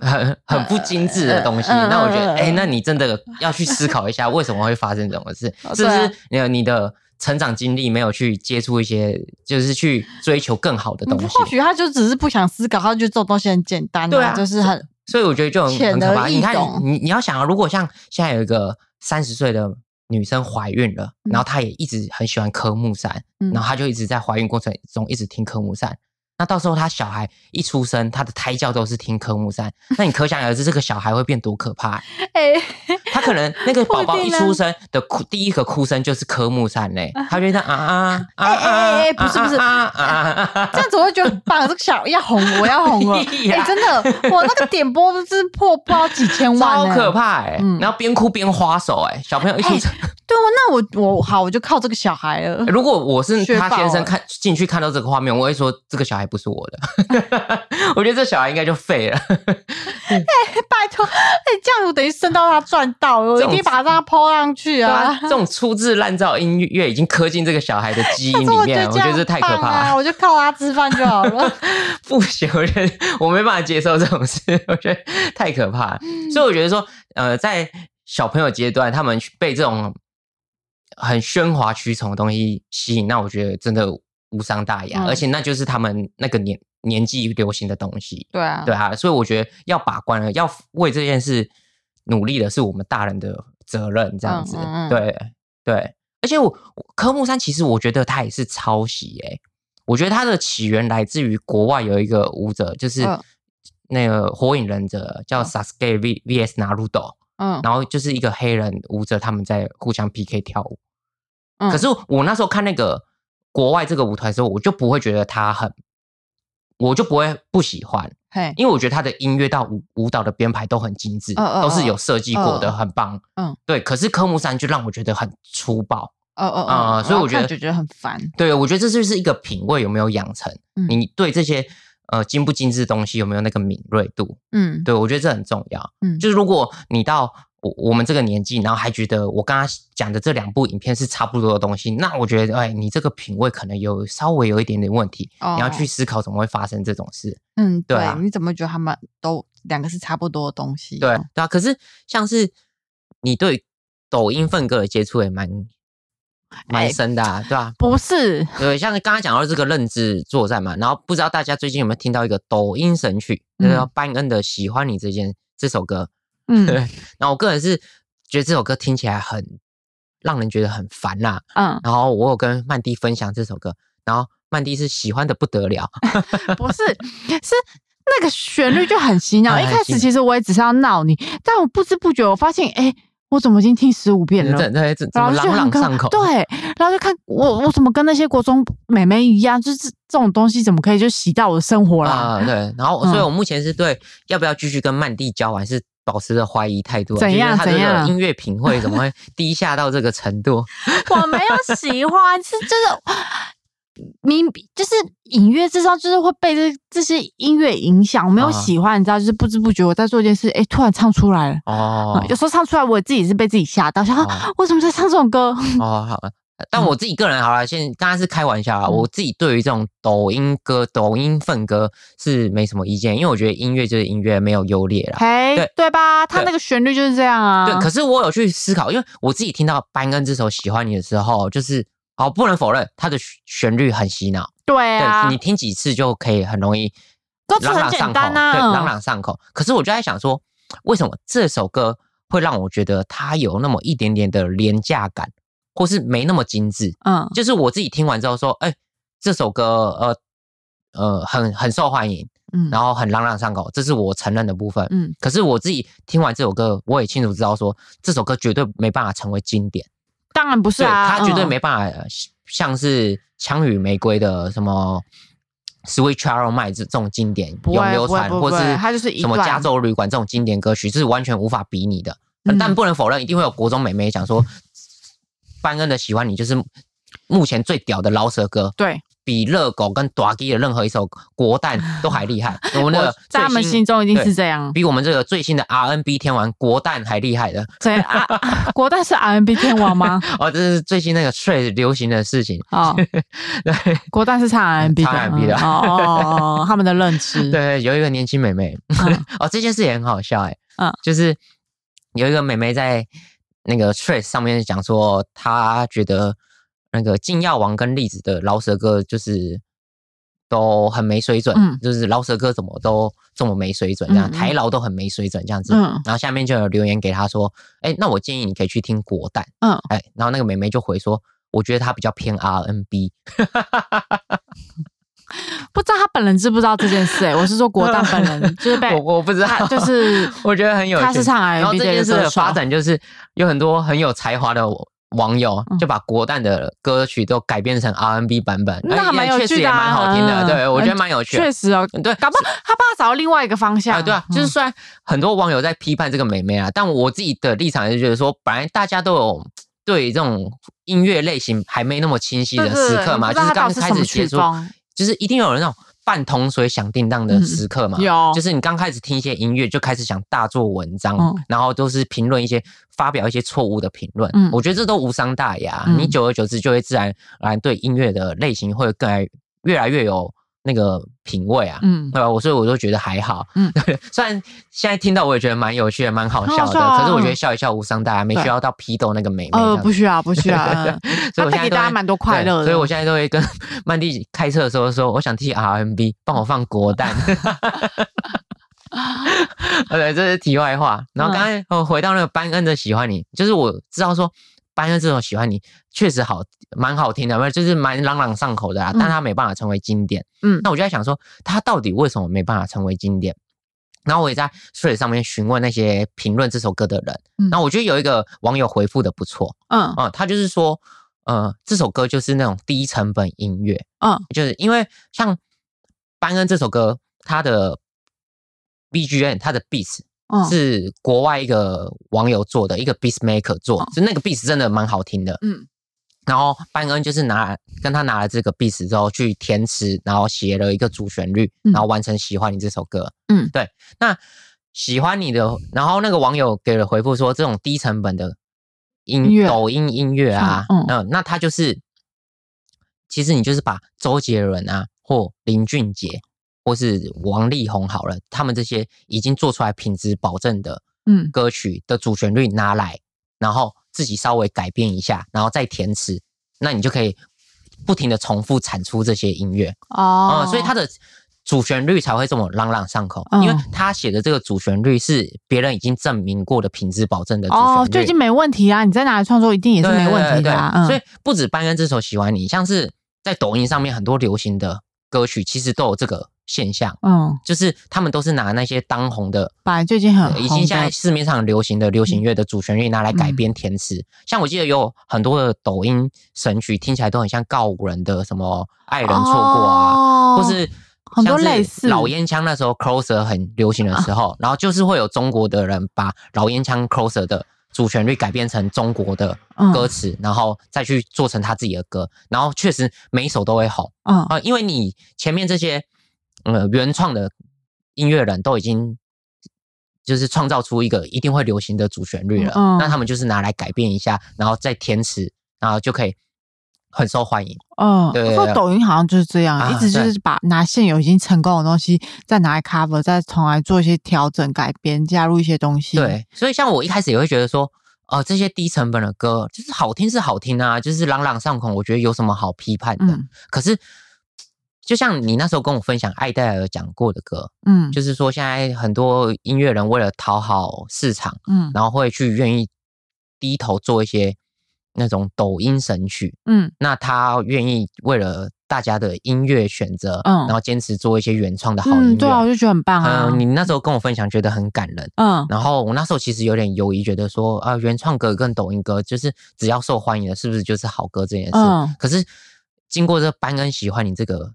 Speaker 1: 很很不精致的东西，
Speaker 2: 呃呃
Speaker 1: 那我觉得，
Speaker 2: 呃
Speaker 1: 哎、那你真的要去思考一下，为什么会发生这种事？
Speaker 2: 哦
Speaker 1: 是
Speaker 2: 对
Speaker 1: 不
Speaker 2: 啊
Speaker 1: 是你的你的成长经历没有去接触一些，就是去追求更好的东
Speaker 2: 嗯或
Speaker 1: 西？
Speaker 2: 许他就只是不想思考，他就觉得这种东西很简单、
Speaker 1: 对啊
Speaker 2: 就是很
Speaker 1: 所以我觉得就很
Speaker 2: 浅
Speaker 1: 很
Speaker 2: 而
Speaker 1: 可怕。
Speaker 2: 易
Speaker 1: 你看
Speaker 2: 懂，
Speaker 1: 你你要想啊，如果像现在有一个三十岁的女生怀孕了，
Speaker 2: 嗯
Speaker 1: 然后她也一直很喜欢科目三，
Speaker 2: 嗯
Speaker 1: 然后她就一直在怀孕过程中一直听科目三。那到时候她小孩一出生，她的胎教都是听科目三，那你可想而知这个小孩会变多可怕、
Speaker 2: 哎、
Speaker 1: 他可能 那个宝宝
Speaker 2: 不一
Speaker 1: 一
Speaker 2: 定啊
Speaker 1: 出生的哭，第一个哭声就是科目三 嘞，他就会这样啊啊啊
Speaker 2: 哎哎哎哎
Speaker 1: 啊！
Speaker 2: 不是不是
Speaker 1: 啊啊啊啊 啊！
Speaker 2: 这样子我会觉得爸，这个小要红，我 要红了，
Speaker 1: 屁
Speaker 2: 哎、
Speaker 1: 呀
Speaker 2: 真的，我那个点播不是破不知道几千万、
Speaker 1: 超
Speaker 2: 欸，
Speaker 1: 可。怕哎
Speaker 2: 嗯！
Speaker 1: 然后边哭边花手哎，小朋友一出生，
Speaker 2: 对哦，那我我好，我就靠这个小孩了。
Speaker 1: 如果我是
Speaker 2: 学
Speaker 1: 他
Speaker 2: 霸
Speaker 1: 先生
Speaker 2: 哦
Speaker 1: 看进去看到这个画面，我会说这个小孩不是我的， 我觉得这小孩应该就废了。
Speaker 2: 拜托，哎、这样我等于升到他赚到了，我
Speaker 1: 这
Speaker 2: 一
Speaker 1: 种
Speaker 2: 定把他抛上去
Speaker 1: 对
Speaker 2: 啊
Speaker 1: 啊，！这种粗制滥造的音乐已经刻进这个小孩的 基因
Speaker 2: 可是
Speaker 1: 啊里面，
Speaker 2: 觉得
Speaker 1: 我
Speaker 2: 这
Speaker 1: 觉
Speaker 2: 样
Speaker 1: 得这太可
Speaker 2: 很棒
Speaker 1: 怕了
Speaker 2: 啊！。我就靠他吃饭就好了。
Speaker 1: 不行，我觉得我没办法接受这种事， 我觉得太可怕了。
Speaker 2: 嗯
Speaker 1: 所以我觉得说，呃，在小朋友阶段，他们去被这种很喧哗曲崇的东西吸引，那我觉得真的无伤大雅，
Speaker 2: 嗯
Speaker 1: 而且那就是他们那个年年纪流行的东西，
Speaker 2: 对啊，
Speaker 1: 对啊。所以我觉得要把关了，要为这件事努力的是我们大人的责任，这样子，
Speaker 2: 嗯嗯嗯
Speaker 1: 对对。而且我我科目三其实我觉得它也是抄袭诶、我觉得它的起源来自于国外有一个舞者，就是
Speaker 2: 嗯
Speaker 1: 那个火影忍者叫 Sasuke V V S Naruto，
Speaker 2: 嗯，
Speaker 1: 然后就是一个黑人舞者，他们在互相 PK 跳舞。
Speaker 2: 嗯
Speaker 1: 可是我那时候看那个国外这个舞团的时候，我就不会觉得他很，我就不会不喜欢，
Speaker 2: 嘿，
Speaker 1: 因为我觉得他的音乐到舞舞蹈的编排都很精致，
Speaker 2: 嗯嗯
Speaker 1: 都是有设计过的，
Speaker 2: 嗯
Speaker 1: 很棒。
Speaker 2: 嗯，
Speaker 1: 对。可是科目三就让我觉得很粗暴。
Speaker 2: 哦哦
Speaker 1: 啊
Speaker 2: 哦，
Speaker 1: 所以
Speaker 2: 然后
Speaker 1: 我觉得
Speaker 2: 看就觉得很烦。
Speaker 1: 对，我觉得这就是一个品味有没有养成，
Speaker 2: 嗯
Speaker 1: 你对这些呃精不精致的东西有没有那个敏锐度？
Speaker 2: 嗯
Speaker 1: 对我觉得这很重要。
Speaker 2: 嗯，
Speaker 1: 就是如果你到我我们这个年纪，然后还觉得我刚刚讲的这两部影片是差不多的东西，那我觉得哎，你这个品味可能有稍微有一点点问题，你要
Speaker 2: 哦
Speaker 1: 去思考怎么会发生这种事。
Speaker 2: 嗯，
Speaker 1: 对
Speaker 2: 对，
Speaker 1: 啊
Speaker 2: 你怎么觉得他们都两个是差不多的东西？哦
Speaker 1: 对对啊，可是像是你对抖音粪哥的接触也蛮蛮
Speaker 2: 哎
Speaker 1: 深的、啊，对 吧、
Speaker 2: 不是，
Speaker 1: 对，像刚刚讲到这个认知作战嘛，然后不知道大家最近有没有听到一个抖音神曲，那个
Speaker 2: 嗯
Speaker 1: 班恩的《喜欢你》这件这首歌。
Speaker 2: 嗯
Speaker 1: 那我个人是觉得这首歌听起来很让人觉得很烦啦、
Speaker 2: 嗯，
Speaker 1: 然后我有跟曼蒂分享这首歌，然后曼蒂是喜欢的不得了，
Speaker 2: 不是，是那个旋律就很洗脑。
Speaker 1: 哎
Speaker 2: 一
Speaker 1: 很
Speaker 2: 开
Speaker 1: 洗
Speaker 2: 始其实我也只是要闹你，但我不知不觉我发现，哎，我怎么已经听十五遍
Speaker 1: 这
Speaker 2: 了？
Speaker 1: 这这怎
Speaker 2: 然
Speaker 1: 么
Speaker 2: 后就
Speaker 1: 朗朗
Speaker 2: 觉得很尴
Speaker 1: 上口？
Speaker 2: 对，然后就看我我怎么跟那些国中美眉一样，就是这种东西怎么可以就洗到我的生活啦？
Speaker 1: 啊、对，然后所以
Speaker 2: 嗯
Speaker 1: 我目前是对要不要继续跟曼蒂交往是保持着怀疑态度啊，
Speaker 2: 怎
Speaker 1: 就觉得
Speaker 2: 样
Speaker 1: 他这
Speaker 2: 怎
Speaker 1: 个
Speaker 2: 样
Speaker 1: 音乐品味怎么 会低下到这个程度？
Speaker 2: 我没有喜欢，是就是明就是隐约知道，就是会被这这些音乐影响。我没有
Speaker 1: 啊
Speaker 2: 喜欢，你知道，就是不知不觉我在做一件事，哎、突然唱出来了。
Speaker 1: 哦
Speaker 2: 嗯有时候唱出来，我自己是被自己吓到，想、啊
Speaker 1: 哦
Speaker 2: 为什么在唱这种歌？
Speaker 1: 哦，好了。但我自己个人好了，现刚刚是开玩笑啊。
Speaker 2: 嗯
Speaker 1: 我自己对于这种抖音歌、抖音份歌是没什么意见，因为我觉得音乐就是音乐，没有优劣啦。
Speaker 2: 嘿，
Speaker 1: 对
Speaker 2: 对吧？它
Speaker 1: 对
Speaker 2: 那个旋律就是这样啊。
Speaker 1: 对，可是我有去思考，因为我自己听到班恩这首《喜欢你》的时候，就是好不能否认它的旋旋律很洗脑，
Speaker 2: 对啊
Speaker 1: 对你，听几次就可以很容易
Speaker 2: 歌词
Speaker 1: 朗朗
Speaker 2: 很
Speaker 1: 上
Speaker 2: 简
Speaker 1: 口，
Speaker 2: 单啊
Speaker 1: 对，朗朗上口。可是我就在想说，为什么这首歌会让我觉得它有那么一点点的廉价感，或是没那么精致？
Speaker 2: 嗯
Speaker 1: 就是我自己听完之后说，哎、这首歌呃呃很很受欢迎，
Speaker 2: 嗯
Speaker 1: 然后很朗朗上口，这是我承认的部分。
Speaker 2: 嗯
Speaker 1: 可是我自己听完这首歌，我也清楚知道说这首歌绝对没办法成为经典，
Speaker 2: 当然不是
Speaker 1: 对，
Speaker 2: 啊，
Speaker 1: 它绝对
Speaker 2: 嗯
Speaker 1: 没办法、呃像是《枪与玫瑰》的什么《Sweet Child o Mine》这种经典
Speaker 2: 不会
Speaker 1: 永流传，
Speaker 2: 不会不
Speaker 1: 或
Speaker 2: 会
Speaker 1: 是
Speaker 2: 它就是一
Speaker 1: 什么《
Speaker 2: 段
Speaker 1: 加州旅馆》这种经典歌曲是完全无法比拟的。呃
Speaker 2: 嗯
Speaker 1: 但不能否认，一定会有国中美眉讲说，班恩的喜欢你就是目前最屌的饶舌歌，
Speaker 2: 对，
Speaker 1: 比热狗跟短 G 的任何一首国蛋都还厉害。我们那
Speaker 2: 我
Speaker 1: 个
Speaker 2: 在他们
Speaker 1: 最
Speaker 2: 心
Speaker 1: 新
Speaker 2: 中一定是
Speaker 1: 对
Speaker 2: 这样。
Speaker 1: 比我们这个最新的 RNB 天王国蛋还厉害的
Speaker 2: 所以啊， 啊国代 是 RMB 天王吗？
Speaker 1: 哦，这是最新那个最流行的事情。
Speaker 2: 哦，
Speaker 1: 对
Speaker 2: 国代是唱 RMB
Speaker 1: 唱 R&B 的
Speaker 2: 嗯哦哦哦哦，他们的认知。
Speaker 1: 对，有一个年轻美眉 哦，这件事也很好笑哎、
Speaker 2: 嗯
Speaker 1: 就是有一个美眉在那个 Trace 上面讲说，她觉得那个禁药王跟栗子的饶舌歌就是都很没水准，
Speaker 2: 嗯
Speaker 1: 就是饶舌歌怎么都这么没水准，这样、
Speaker 2: 嗯嗯
Speaker 1: 台饶都很没水准这样子。
Speaker 2: 嗯
Speaker 1: 然后下面就有留言给她说，哎、那我建议你可以去听国蛋，
Speaker 2: 嗯，
Speaker 1: 哎，然后那个美眉就回说。我觉得她比较偏 RNB，
Speaker 2: 不知道他本人知不知道这件 事、欸？我是说国代本人，就是被
Speaker 1: 我我不知道
Speaker 2: 他，就是
Speaker 1: 我觉得很有
Speaker 2: 他是
Speaker 1: 趣
Speaker 2: 唱
Speaker 1: 然后
Speaker 2: RMB
Speaker 1: 这
Speaker 2: 的一
Speaker 1: 件
Speaker 2: 个
Speaker 1: 事的
Speaker 2: 歌手
Speaker 1: 发，展就是有很多很有才华的网友
Speaker 2: 嗯
Speaker 1: 就把国蛋的歌曲都改编成 R&B 版本，
Speaker 2: 那还
Speaker 1: 哎
Speaker 2: 蛮有
Speaker 1: 确实
Speaker 2: 趣
Speaker 1: 也
Speaker 2: 的啊
Speaker 1: 蛮好听的。
Speaker 2: 嗯
Speaker 1: 对，我觉得蛮有趣
Speaker 2: 确
Speaker 1: 的。嗯
Speaker 2: 实哦，
Speaker 1: 对，
Speaker 2: 搞不好嗯他爸找到另外一个方向。
Speaker 1: 啊，对啊，就是虽然很多网友在批判这个美眉啊，但我自己的立场是觉得说，本来大家都有对这种音乐类型还没那么清晰的时刻嘛，
Speaker 2: 对对对你不知
Speaker 1: 就
Speaker 2: 道
Speaker 1: 是
Speaker 2: 他到
Speaker 1: 刚
Speaker 2: 底是
Speaker 1: 开
Speaker 2: 什
Speaker 1: 始
Speaker 2: 么
Speaker 1: 接
Speaker 2: 曲
Speaker 1: 触，
Speaker 2: 风，
Speaker 1: 就是一定有人那种半桶水响叮当的
Speaker 2: 嗯
Speaker 1: 时刻嘛。
Speaker 2: 有
Speaker 1: 啊就是你刚开始听一些音乐，就开始想大做文章，
Speaker 2: 嗯
Speaker 1: 然后都是评论一些发表一些错误的评论。
Speaker 2: 嗯
Speaker 1: 我觉得这都无伤大雅。
Speaker 2: 嗯
Speaker 1: 你久而久之就会自然而然对音乐的类型会更来越来越有那个品味啊。
Speaker 2: 嗯，
Speaker 1: 对吧？我所以我就觉得还好，
Speaker 2: 嗯
Speaker 1: 虽然现在听到我也觉得蛮有趣的，蛮好笑
Speaker 2: 很
Speaker 1: 的，
Speaker 2: 好笑啊
Speaker 1: 可是我觉得笑一笑无伤大雅，没
Speaker 2: 对
Speaker 1: 需要到批斗那个美眉这样
Speaker 2: 呃，
Speaker 1: 子。
Speaker 2: 不需要，不需 要，嗯
Speaker 1: 所以
Speaker 2: 他
Speaker 1: 我现
Speaker 2: 带
Speaker 1: 在
Speaker 2: 给
Speaker 1: 都
Speaker 2: 大家
Speaker 1: 会
Speaker 2: 蛮多快乐的。
Speaker 1: 对所以我现在都会跟 曼蒂开车的时候说，我想听 RMB，帮我放国蛋。 对，这是题外话。然后刚
Speaker 2: 嗯
Speaker 1: 才我回到那个班恩的喜欢你，就是我知道说班恩这首喜欢你确实好，蛮好听的，就是蛮朗朗上口的啦，
Speaker 2: 嗯
Speaker 1: 但它没办法成为经典。
Speaker 2: 嗯
Speaker 1: 那我就在想说，它到底为什么没办法成为经典？然后我也在 t 上面询问那些评论这首歌的人，
Speaker 2: 嗯
Speaker 1: 然后我觉得有一个网友回复的不错，
Speaker 2: 嗯
Speaker 1: 啊、他就是说，呃，这首歌就是那种低成本音乐，
Speaker 2: 嗯
Speaker 1: 就是因为像班恩这首歌，它的 BGM、它的 beats
Speaker 2: 嗯
Speaker 1: 是国外一个网友做的，一个 beat maker 做，
Speaker 2: 嗯
Speaker 1: 就那个 beats 真的蛮好听的。
Speaker 2: 嗯
Speaker 1: 然后班恩就是拿跟他拿了这个 beats 之后去填词，然后写了一个主旋律，
Speaker 2: 嗯
Speaker 1: 然后完成《喜欢你》这首歌。
Speaker 2: 嗯
Speaker 1: 对。那喜欢你的，然后那个网友给了回复说，这种低成本的
Speaker 2: 音
Speaker 1: 音
Speaker 2: 乐
Speaker 1: 抖音音乐啊，
Speaker 2: 嗯
Speaker 1: 嗯
Speaker 2: 嗯，
Speaker 1: 那他就是，其实你就是把周杰伦啊，或林俊杰，或是王力宏好了，他们这些已经做出来品质保证的
Speaker 2: 嗯
Speaker 1: 歌曲的主旋律拿来，然后自己稍微改变一下，然后再填词，那你就可以不停的重复产出这些音乐啊、
Speaker 2: 哦，
Speaker 1: 所以它的主旋律才会这么朗朗上口，
Speaker 2: 嗯
Speaker 1: 因为他写的这个主旋律是别人已经证明过的品质保证的主旋律，
Speaker 2: 哦就已经没问题啊，你在哪里创作一定也是
Speaker 1: 对
Speaker 2: 没问题
Speaker 1: 对对
Speaker 2: 的
Speaker 1: 对
Speaker 2: 啊，
Speaker 1: 所
Speaker 2: 嗯
Speaker 1: 以不止班恩这首《喜欢你》，像是在抖音上面很多流行的歌曲，其实都有这个现象。
Speaker 2: 嗯，
Speaker 1: 就是他们都是拿那些当红的呃
Speaker 2: 本来就已经很
Speaker 1: 已
Speaker 2: 嗯红
Speaker 1: 经现在
Speaker 2: 的，
Speaker 1: 市面上流行的流行乐的主旋律拿来改
Speaker 2: 嗯
Speaker 1: 编填词，像我记得有很多的抖音神曲，听起来都很像告五人的什么《爱人错过》啊，
Speaker 2: 哦
Speaker 1: 或是
Speaker 2: 很
Speaker 1: 像
Speaker 2: 多
Speaker 1: 是
Speaker 2: 类似啊
Speaker 1: 老烟枪那时候 Closer 很流行的时候，然后就是会有中国的人把老烟枪 Closer 的主旋律改编成中国的
Speaker 2: 嗯
Speaker 1: 歌词，然后再去做成他自己的歌，然后确实每一首都会红。
Speaker 2: 嗯
Speaker 1: 啊、因为你前面这些呃原创的音乐人都已经就是创造出一个一定会流行的主旋律了，
Speaker 2: 嗯
Speaker 1: 那他们就是拿来改变一下，然后再填词，然后就可以很受欢迎。
Speaker 2: 嗯，
Speaker 1: 对对
Speaker 2: 不
Speaker 1: 对
Speaker 2: 过抖音好像就是这样，
Speaker 1: 啊
Speaker 2: 一直就是把拿现有已经成功的东西再拿来 cover，再重来做一些调整、改编，加入一些东西。，
Speaker 1: 对，所以像我一开始也会觉得说，呃，这些低成本的歌就是好听是好听啊，就是朗朗上口，我觉得有什么好批判的？
Speaker 2: 嗯
Speaker 1: 可是。就像你那时候跟我分享艾黛尔讲过的歌，
Speaker 2: 嗯
Speaker 1: 就是说现在很多音乐人为了讨好市场，
Speaker 2: 嗯
Speaker 1: 然后会去愿意低头做一些那种抖音神曲，
Speaker 2: 嗯
Speaker 1: 那他愿意为了大家的音乐选择，
Speaker 2: 嗯
Speaker 1: 然后坚持做一些原创的好音乐。
Speaker 2: 嗯，对啊，我就觉得很棒啊。
Speaker 1: 嗯，你那时候跟我分享，觉得很感人。
Speaker 2: 嗯
Speaker 1: 然后我那时候其实有点犹疑，觉得说啊、原创歌跟抖音歌，就是只要受欢迎的，是不是就是好歌这件事？
Speaker 2: 嗯
Speaker 1: 可是经过这班恩喜欢你这个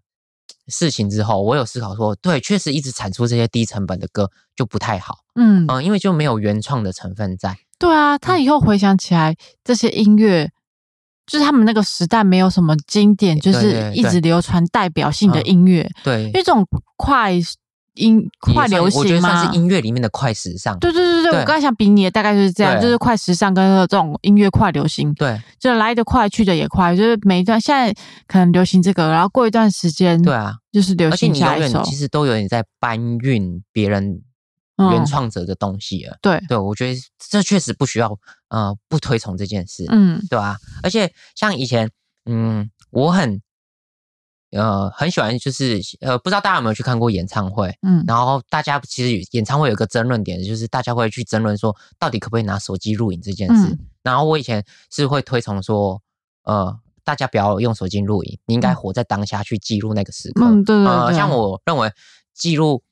Speaker 1: 事情之后，我有思考说，对，确实一直产出这些低成本的歌就不太好，
Speaker 2: 嗯，
Speaker 1: 嗯、因为就没有原创的成分在。
Speaker 2: 对啊，
Speaker 1: 嗯
Speaker 2: 他以后回想起来，这些音乐就是他们那个时代没有什么经典，就
Speaker 1: 对
Speaker 2: 是
Speaker 1: 对
Speaker 2: 一
Speaker 1: 对
Speaker 2: 直流传代表性的
Speaker 1: 嗯
Speaker 2: 音乐，
Speaker 1: 对，
Speaker 2: 因为这种快音
Speaker 1: 也
Speaker 2: 快
Speaker 1: 算
Speaker 2: 流
Speaker 1: 我觉
Speaker 2: 行
Speaker 1: 得
Speaker 2: 嘛
Speaker 1: 算是。音乐里面的快时尚。
Speaker 2: 对对对对，
Speaker 1: 对
Speaker 2: 我刚才想比你的大概就是这样，
Speaker 1: 对
Speaker 2: 就是快时尚跟这种音乐快流行，
Speaker 1: 对
Speaker 2: 就是来得快去得也快，就是每一段现在可能流行这个，然后过一段时间，
Speaker 1: 对，啊，
Speaker 2: 就是嗯流
Speaker 1: 而且
Speaker 2: 行
Speaker 1: 你
Speaker 2: 下
Speaker 1: 永
Speaker 2: 一首
Speaker 1: 远，其实都有点在搬运别人原
Speaker 2: 嗯
Speaker 1: 创者的东西了。
Speaker 2: 对，
Speaker 1: 对，我觉得这确实不需要，呃，不推崇这件事，
Speaker 2: 嗯
Speaker 1: 对吧、而且像以前，嗯，我很，呃，很喜欢，就是呃，不知道大家有没有去看过演唱会？
Speaker 2: 嗯
Speaker 1: 然后大家其实演唱会有个争论点，就是大家会去争论说，到底可不可以拿手机录影这件事。
Speaker 2: 嗯
Speaker 1: 然后我以前是会推崇说，呃，大家不要用手机录影，你应该
Speaker 2: 嗯
Speaker 1: 活在当下去记录那个时刻。
Speaker 2: 嗯，对对对，
Speaker 1: 呃，像我认为记录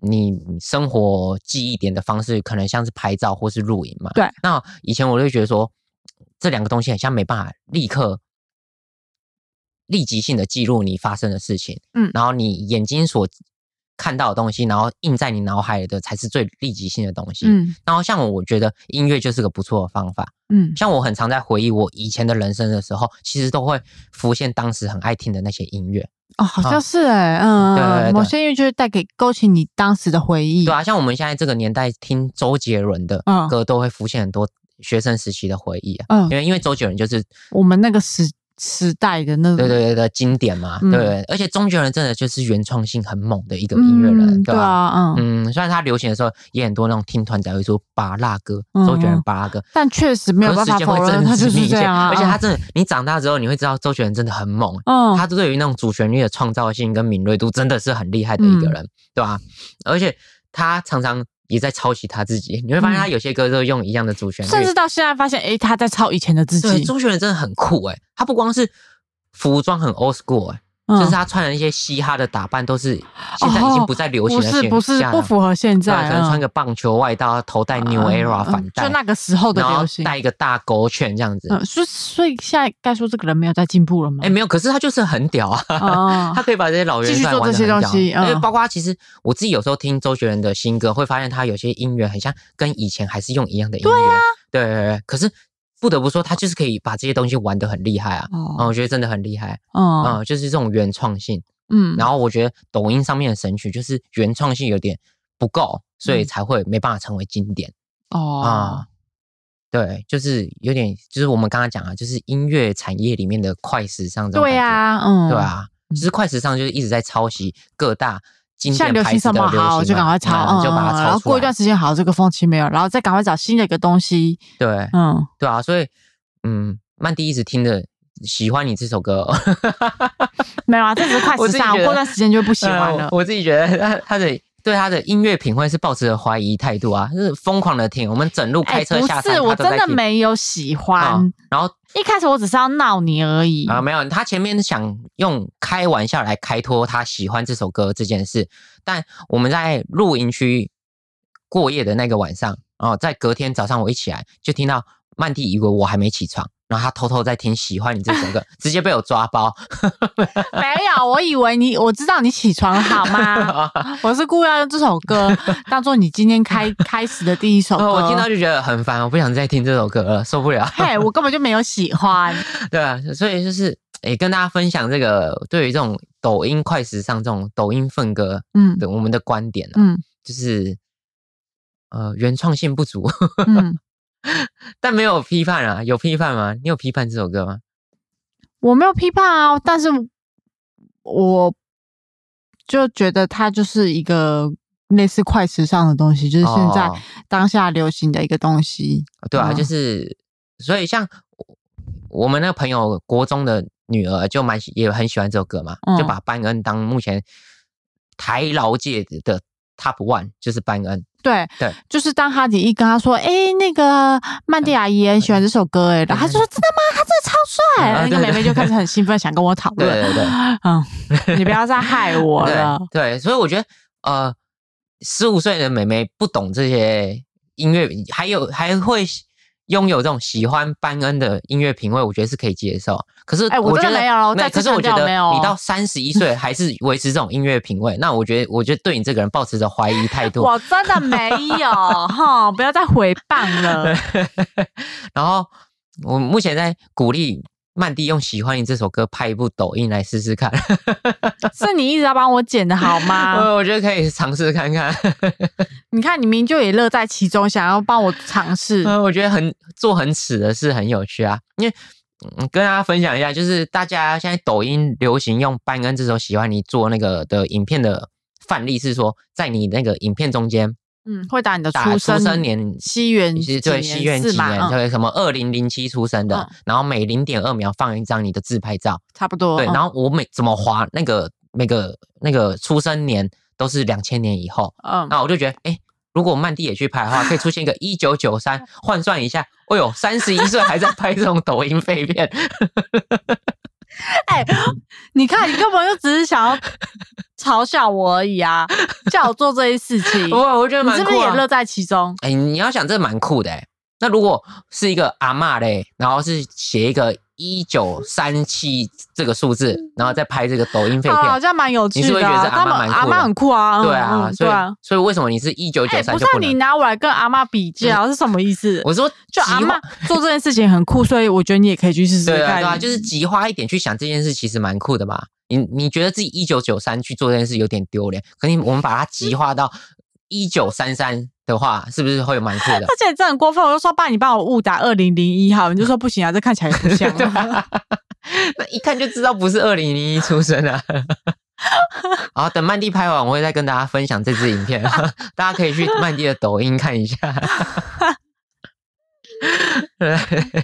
Speaker 1: 你你生活记忆点的方式，可能像是拍照或是录影嘛。
Speaker 2: 对。
Speaker 1: 那以前我就觉得说，这两个东西很像没办法立刻立即性的记录你发生的事情，
Speaker 2: 嗯
Speaker 1: 然后你眼睛所看到的东西，然后印在你脑海里的才是最立即性的东西。
Speaker 2: 嗯
Speaker 1: 然后像我，我觉得音乐就是个不错的方法。
Speaker 2: 嗯
Speaker 1: 像我很常在回忆我以前的人生的时候，其实都会浮现当时很爱听的那些音乐。
Speaker 2: 哦，好
Speaker 1: 啊
Speaker 2: 像是哎、嗯，
Speaker 1: 对对对
Speaker 2: 某些音乐就是带给勾起你当时的回忆，
Speaker 1: 对啊，像我们现在这个年代听周杰伦的
Speaker 2: 嗯
Speaker 1: 歌，都会浮现很多学生时期的回忆啊。
Speaker 2: 嗯
Speaker 1: 因，为因为周杰伦就是
Speaker 2: 我们那个时时代的那种，
Speaker 1: 对对对的经典嘛，
Speaker 2: 嗯
Speaker 1: 对不对？而且周杰伦真的就是原创性很猛的一个音乐人，
Speaker 2: 嗯
Speaker 1: 对
Speaker 2: 对
Speaker 1: 吧、
Speaker 2: 啊，嗯，
Speaker 1: 嗯，虽然他流行的时候也很多那种听团仔会说巴拉歌，
Speaker 2: 嗯
Speaker 1: 周杰伦巴拉歌，
Speaker 2: 但确实没有
Speaker 1: 可
Speaker 2: 办
Speaker 1: 是
Speaker 2: 法
Speaker 1: 时间会
Speaker 2: 否认
Speaker 1: 证
Speaker 2: 他
Speaker 1: 明
Speaker 2: 就是
Speaker 1: 一
Speaker 2: 这
Speaker 1: 切
Speaker 2: 样啊，
Speaker 1: 而且他真的，你长大之后你会知道周杰伦真的很猛，
Speaker 2: 嗯，
Speaker 1: 他对于那种主旋律的创造性跟敏锐度真的是很厉害的
Speaker 2: 嗯
Speaker 1: 一个人，对吧、而且他常常也在抄袭他自己，你会发现他有些歌都用一样的主旋律，
Speaker 2: 嗯甚至到现在发现，诶，他在抄以前的自
Speaker 1: 对
Speaker 2: 己，
Speaker 1: 周杰伦真的很酷诶、他不光是服装很 old school 诶、
Speaker 2: 嗯哦
Speaker 1: 就是他穿的一些嘻哈的打扮都是现在已经不再流行
Speaker 2: 不
Speaker 1: 的
Speaker 2: 是
Speaker 1: 现
Speaker 2: 不是
Speaker 1: 象
Speaker 2: 不
Speaker 1: 了
Speaker 2: 符合现
Speaker 1: 对啊
Speaker 2: 在，
Speaker 1: 可能穿
Speaker 2: 嗯
Speaker 1: 个棒球外套，头戴 New
Speaker 2: 嗯
Speaker 1: Era
Speaker 2: 嗯
Speaker 1: 反戴，
Speaker 2: 就那个时候的
Speaker 1: 然后
Speaker 2: 流行，
Speaker 1: 戴一个大勾圈这样子。
Speaker 2: 嗯，所以所以现在该说这个人没有在进步了吗？
Speaker 1: 哎，没有，可是他就是很屌啊！
Speaker 2: 嗯，
Speaker 1: 他可以把这些老元帅玩的
Speaker 2: 继续
Speaker 1: 很
Speaker 2: 做
Speaker 1: 屌
Speaker 2: 这些东西嗯
Speaker 1: 因为包括其实我自己有时候听周杰伦的新歌，会发现他有些音源很像跟以前还是用一样的音乐，
Speaker 2: 啊
Speaker 1: 对对对可是不得不说，他就是可以把这些东西玩的很厉害啊，嗯，
Speaker 2: 哦，
Speaker 1: 我觉得真的很厉害，
Speaker 2: 嗯
Speaker 1: 嗯，就是这种原创性。
Speaker 2: 嗯，
Speaker 1: 然后我觉得抖音上面的神曲就是原创性有点不够，所以
Speaker 2: 嗯
Speaker 1: 才会没办法成为经典
Speaker 2: 哦
Speaker 1: 啊。，对，就是有点，就是我们刚刚讲啊，就是音乐产业里面的快时尚这种
Speaker 2: 对
Speaker 1: 感觉
Speaker 2: 呀，嗯，
Speaker 1: 对啊，就是快时尚就是一直在抄袭各大经
Speaker 2: 现在
Speaker 1: 典
Speaker 2: 流
Speaker 1: 牌
Speaker 2: 行
Speaker 1: 子
Speaker 2: 什
Speaker 1: 的
Speaker 2: 么
Speaker 1: 流行
Speaker 2: 好，
Speaker 1: 嘛，
Speaker 2: 就赶快抄，
Speaker 1: 嗯就把
Speaker 2: 嗯
Speaker 1: 它
Speaker 2: 然
Speaker 1: 抄
Speaker 2: 后
Speaker 1: 出
Speaker 2: 过一段
Speaker 1: 来。
Speaker 2: 时间，好，这个风气没有，然后再赶快找新的一个东西，
Speaker 1: 对
Speaker 2: 嗯，
Speaker 1: 对啊，所以嗯，曼迪一直听着喜欢你这首歌， 哦
Speaker 2: 没有啊，这只是快
Speaker 1: 我
Speaker 2: 时
Speaker 1: 自己
Speaker 2: 尚，
Speaker 1: 觉得
Speaker 2: 过段时间就不喜欢了
Speaker 1: 呃。我自己觉得他他的。对他的音乐品味是抱持着怀疑态度啊，就是疯狂的听，我们整路
Speaker 2: 哎
Speaker 1: 开车下
Speaker 2: 不
Speaker 1: 山，
Speaker 2: 是，我
Speaker 1: 他都在
Speaker 2: 真的
Speaker 1: 听
Speaker 2: 没有喜
Speaker 1: 啊
Speaker 2: 欢。
Speaker 1: 然后
Speaker 2: 一开始我只是要闹你而已。
Speaker 1: 啊、没有，他前面想用开玩笑来开脱他喜欢这首歌这件事，但我们在露营区过夜的那个晚上，哦，在隔天早上我一起来就听到曼蒂以为我还没起床，然后他偷偷在听《喜欢你》这首歌，直接被我抓包。
Speaker 2: 没有，我以为你，我知道你起床了好 吗？我是故意要用这首 歌当做你今天开开始的第一首
Speaker 1: 然
Speaker 2: 歌。
Speaker 1: 后 我听到就觉得很烦，我不想再听这首歌了，受不了。
Speaker 2: 嘿，我根本就没有喜欢。
Speaker 1: 对啊，所以就是也跟大家分享这个对于这种抖音快时尚这种抖音风格
Speaker 2: 嗯
Speaker 1: 的我们的观点、啊，
Speaker 2: 嗯
Speaker 1: 就是呃原创性不足。
Speaker 2: 嗯，
Speaker 1: 但没有批判啊，有批判吗？你有批判这首歌吗？
Speaker 2: 我没有批判啊，但是我就觉得它就是一个类似快时尚的东西，就是现在
Speaker 1: 哦
Speaker 2: 当下流行的一个东西。
Speaker 1: 对啊，
Speaker 2: 嗯
Speaker 1: 就是所以像我我们那个朋友国中的女儿就蛮喜也很喜欢这首歌嘛，
Speaker 2: 嗯
Speaker 1: 就把班恩当目前台劳界的 top one 就是班恩，
Speaker 2: 对
Speaker 1: 对，嗯
Speaker 2: 就是当哈迪一跟他说：“哎、那个曼蒂阿姨也很喜欢这首歌。”哎，然后他就说：“真的吗？他真的超帅！”
Speaker 1: 嗯啊
Speaker 2: 那个
Speaker 1: 对
Speaker 2: 妹
Speaker 1: 对
Speaker 2: 妹就开始很兴奋，想跟我讨
Speaker 1: 对对
Speaker 2: 论。
Speaker 1: 对，
Speaker 2: 嗯，你不要再害我了。
Speaker 1: 对对，所以我觉得呃，十五岁的妹妹不懂这些音乐，还有还会拥有这种喜欢班恩的音乐品味，我觉得是可以接受。可是
Speaker 2: 哎我
Speaker 1: 觉
Speaker 2: 真
Speaker 1: 得
Speaker 2: 的没有哦再次
Speaker 1: 可是我
Speaker 2: 强
Speaker 1: 觉
Speaker 2: 调
Speaker 1: 得
Speaker 2: 没有
Speaker 1: 你到三十一岁还是维持这种音乐品味，那我觉得我觉得对你这个人保持着怀疑态度。
Speaker 2: 我真的没有哈，不要再回谤了。
Speaker 1: 然后我目前在鼓励曼蒂用《喜欢你》这首歌拍一部抖音来试试看，
Speaker 2: 是你一直要帮我剪的好 吗？
Speaker 1: 呃我觉得可以尝试看看。
Speaker 2: 你看，你明明就也乐在其中，想要帮我尝试。
Speaker 1: 嗯，我觉得很做很耻的事很有趣啊，因为、嗯、跟大家分享一下，就是大家现在抖音流行用班恩这首《喜欢你》做那个的影片的范例是说，在你那个影片中间
Speaker 2: 嗯，会打你的
Speaker 1: 打
Speaker 2: 出
Speaker 1: 出生年。
Speaker 2: 西元
Speaker 1: 其实对
Speaker 2: 几
Speaker 1: 西元几
Speaker 2: 是吗
Speaker 1: 年，
Speaker 2: 嗯
Speaker 1: 对什么二零零七出生的
Speaker 2: 嗯，
Speaker 1: 然后每零点二秒放一张你的自拍照，
Speaker 2: 差不多。
Speaker 1: 对，
Speaker 2: 嗯
Speaker 1: 然后我每怎么划那个每个那个出生年都是两千年以后，
Speaker 2: 嗯，
Speaker 1: 那我就觉得，哎、如果曼蒂也去拍的话，可以出现一 个一九九三，换算一下，哎呦，三十一岁还在拍这种抖音废片，
Speaker 2: 哎、你看，你根本就只是 想要嘲笑我而已啊，叫我做这些事情，
Speaker 1: 哇，我觉得
Speaker 2: 你
Speaker 1: 蛮
Speaker 2: 是不是
Speaker 1: 酷
Speaker 2: 也
Speaker 1: 啊
Speaker 2: 乐。在 其中？
Speaker 1: 哎、你要想这蛮酷的、哎那如果是一个阿嬷嘞，然后是写一个一九三七这个数字，然后再拍这个抖音废片，
Speaker 2: 啊，好像蛮有趣
Speaker 1: 你是不
Speaker 2: 的
Speaker 1: 是觉
Speaker 2: 啊、
Speaker 1: 得这阿
Speaker 2: 他
Speaker 1: 嬷
Speaker 2: 们
Speaker 1: 蛮酷
Speaker 2: 阿
Speaker 1: 的
Speaker 2: 嬷很酷啊，嗯
Speaker 1: 对啊，
Speaker 2: 嗯
Speaker 1: 所
Speaker 2: 对
Speaker 1: 以、
Speaker 2: 啊。
Speaker 1: 所以为什么你是一九
Speaker 2: 哎、
Speaker 1: 九三
Speaker 2: 不是
Speaker 1: 就
Speaker 2: 啊
Speaker 1: 不能？嗯
Speaker 2: 你拿我来跟阿嬷比较、是什么意思？
Speaker 1: 我说
Speaker 2: 就阿
Speaker 1: 极化
Speaker 2: 嬷做这件事情很酷，所以我觉得你也可以去试试
Speaker 1: 对啊，
Speaker 2: 看。
Speaker 1: 对啊，就是极化一点去想这件事，其实蛮酷的嘛。你你觉得自己一九九三去做这件事有点丢脸，可你我们把它极化到一九三三的话，是不是会蛮酷的
Speaker 2: 而？且真的很过分，我就说爸，你帮我误打二零零一号，你就说不行啊，这看起来也不 像、啊。
Speaker 1: 那一看就知道不是二零零一出生的、啊。好，等曼蒂拍完，我会再跟大家分享这支影片， 大家可以去曼蒂的抖音看一下。 对，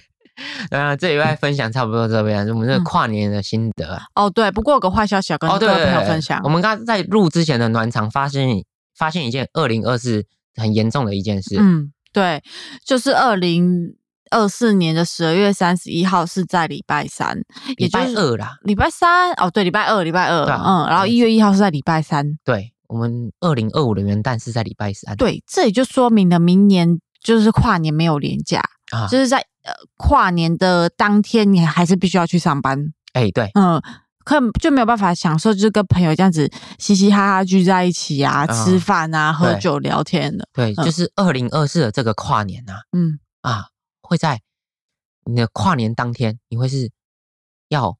Speaker 1: 呃，这礼拜分享差不多这边，我们这个跨年的心得啊。
Speaker 2: 哦，对，不过有个坏消息要跟
Speaker 1: 哦，
Speaker 2: 各
Speaker 1: 对
Speaker 2: 位
Speaker 1: 对
Speaker 2: 朋友
Speaker 1: 对，
Speaker 2: 分享。
Speaker 1: 我们刚刚在录之前的暖场发现发现一件二零二四很严重的一件事，
Speaker 2: 嗯，对，就是二零二四年的十二月三十一号是在礼拜三，
Speaker 1: 礼
Speaker 2: 也就
Speaker 1: 拜
Speaker 2: 是
Speaker 1: 二啦，
Speaker 2: 礼拜三哦，对，礼拜二，礼拜二，
Speaker 1: 对啊
Speaker 2: 嗯，然后一月一号是在礼拜三，
Speaker 1: 对我们二零二五的元旦是在礼拜三，
Speaker 2: 对，这也就说明了明年就是跨年没有年假，
Speaker 1: 啊
Speaker 2: 就，是在呃跨年的当天，你还是必须要去上班，
Speaker 1: 哎，对，
Speaker 2: 嗯。可就没有办法享受，就是跟朋友这样子嘻嘻哈哈聚在一起啊，
Speaker 1: 嗯
Speaker 2: 吃饭啊，喝
Speaker 1: 对
Speaker 2: 酒聊天的，
Speaker 1: 对，
Speaker 2: 嗯
Speaker 1: 就是二零二四的这个跨年呐、
Speaker 2: 嗯，
Speaker 1: 啊，啊，会在你的跨年当天，你会是要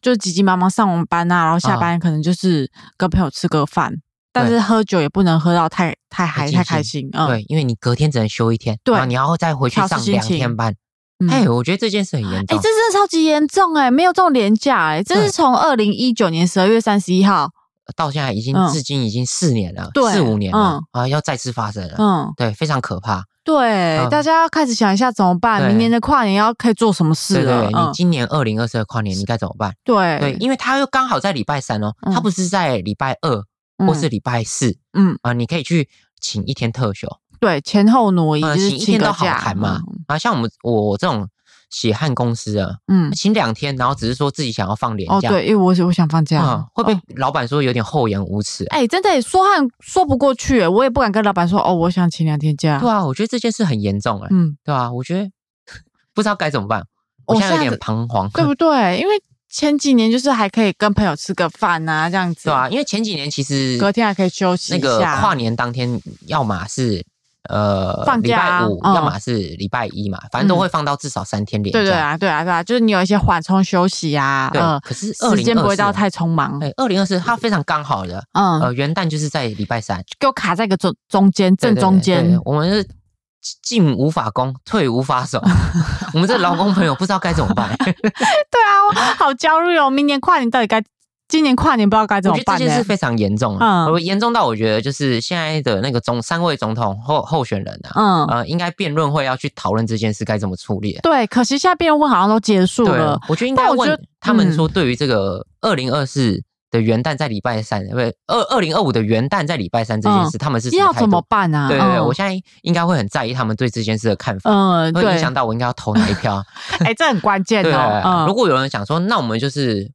Speaker 2: 就急急忙忙上完班啊，然后
Speaker 1: 嗯
Speaker 2: 下班可能就是跟朋友吃个饭，但是喝酒也不能喝到太太嗨
Speaker 1: 尽
Speaker 2: 太开
Speaker 1: 兴
Speaker 2: 心，嗯，
Speaker 1: 对，因为你隔天只能休一天，
Speaker 2: 对
Speaker 1: 然后你要再回去
Speaker 2: 调试
Speaker 1: 上
Speaker 2: 心
Speaker 1: 两
Speaker 2: 情
Speaker 1: 天班，
Speaker 2: 嗯
Speaker 1: 哎，我觉得这件事很严
Speaker 2: 哎、
Speaker 1: 重
Speaker 2: 这，真的超级严重哎、没有这种廉价哎、这
Speaker 1: 对
Speaker 2: 是从二零一九年十二月三十一号，
Speaker 1: 到现在已经
Speaker 2: 嗯
Speaker 1: 至今已经四年了，
Speaker 2: 对
Speaker 1: 四五年了
Speaker 2: 嗯
Speaker 1: 啊，要再次发生了，
Speaker 2: 嗯，
Speaker 1: 对，非常可怕。
Speaker 2: 对，
Speaker 1: 嗯
Speaker 2: 大家要开始想一下怎么办，
Speaker 1: 对
Speaker 2: 明年的跨年要可以做什么事
Speaker 1: 对
Speaker 2: 了，
Speaker 1: 对，对你今年二零二四的跨年你该怎么办？
Speaker 2: 嗯，
Speaker 1: 对，因为它又刚好在礼拜三哦，
Speaker 2: 嗯
Speaker 1: 它不是在礼拜二
Speaker 2: 嗯
Speaker 1: 或是礼拜四
Speaker 2: 嗯，
Speaker 1: 啊，你可以去请一天特休，
Speaker 2: 对，前后挪移
Speaker 1: 呃，
Speaker 2: 就是
Speaker 1: 请一天
Speaker 2: 个
Speaker 1: 都好
Speaker 2: 假
Speaker 1: 谈嘛。啊，像我们我这种血汗公司啊，
Speaker 2: 嗯，嗯
Speaker 1: 请两天，然后只是说自己想要放年
Speaker 2: 哦
Speaker 1: 假，
Speaker 2: 对，因为我我想放假，
Speaker 1: 啊，会被
Speaker 2: 哦
Speaker 1: 老板说有点厚颜无耻。
Speaker 2: 哎、真的耶说和说不过去耶，我也不敢跟老板说哦，我想请两天假
Speaker 1: 对，啊，我觉得这件事很严重哎，
Speaker 2: 嗯，
Speaker 1: 对啊，我觉得 不知道该怎么办，我
Speaker 2: 我
Speaker 1: 现在有
Speaker 2: 现在
Speaker 1: 点彷徨。
Speaker 2: 哦对不对？因为前几年就是还可以跟朋友吃个饭啊，这样子，
Speaker 1: 对啊，，因为前几年其实
Speaker 2: 隔天还可以休息
Speaker 1: 那
Speaker 2: 一
Speaker 1: 个
Speaker 2: 下
Speaker 1: 跨年当天，要么是呃
Speaker 2: 放
Speaker 1: 礼
Speaker 2: 假
Speaker 1: 拜
Speaker 2: 啊
Speaker 1: 五，
Speaker 2: 嗯
Speaker 1: 要么是礼拜一嘛，反正都会放到至少三天连假。
Speaker 2: 对对啊，对啊，对啊，就是你有一些缓冲休息啊，
Speaker 1: 对
Speaker 2: 呃，
Speaker 1: 可是
Speaker 2: 时间
Speaker 1: 2024
Speaker 2: 不会到太匆忙，
Speaker 1: 对，二零二四它非常刚好的，
Speaker 2: 嗯，
Speaker 1: 呃，元旦就是在礼拜三
Speaker 2: 给我卡在一个中中间正中
Speaker 1: 对对
Speaker 2: 间
Speaker 1: 对，我们是进无法攻，退无法 守，我们这劳工朋友不知道该怎么办。
Speaker 2: 对啊，我好焦虑哦，明年跨年到底该，今年跨年不知道该怎
Speaker 1: 我
Speaker 2: 么
Speaker 1: 觉得
Speaker 2: 办
Speaker 1: 这件事
Speaker 2: 呢？
Speaker 1: 非常严重啊，
Speaker 2: 嗯
Speaker 1: 我严重到我觉得就是现在的那个总三位总统候候选人啊，
Speaker 2: 嗯，
Speaker 1: 呃，应该辩论会要去讨论这件事该怎么处理。
Speaker 2: 对，可惜现在辩论会好像都结束
Speaker 1: 对
Speaker 2: 了，
Speaker 1: 我觉得应
Speaker 2: 但
Speaker 1: 该
Speaker 2: 我
Speaker 1: 问
Speaker 2: 觉得
Speaker 1: 他们
Speaker 2: 嗯
Speaker 1: 说，对于这个二零二四的元旦在礼拜三，呃不是二二零二五的元旦在礼拜三这件事，他们是什
Speaker 2: 嗯要
Speaker 1: 态
Speaker 2: 怎么
Speaker 1: 度？
Speaker 2: 办啊？
Speaker 1: 对对对，
Speaker 2: 嗯
Speaker 1: 我现在应该会很在意他们对这件事的看法，
Speaker 2: 嗯，
Speaker 1: 会
Speaker 2: 对
Speaker 1: 影，响到我应该要投哪一 票。
Speaker 2: 哎、这很关键
Speaker 1: 对，
Speaker 2: 哦。嗯，
Speaker 1: 如果有人想说，那我们就是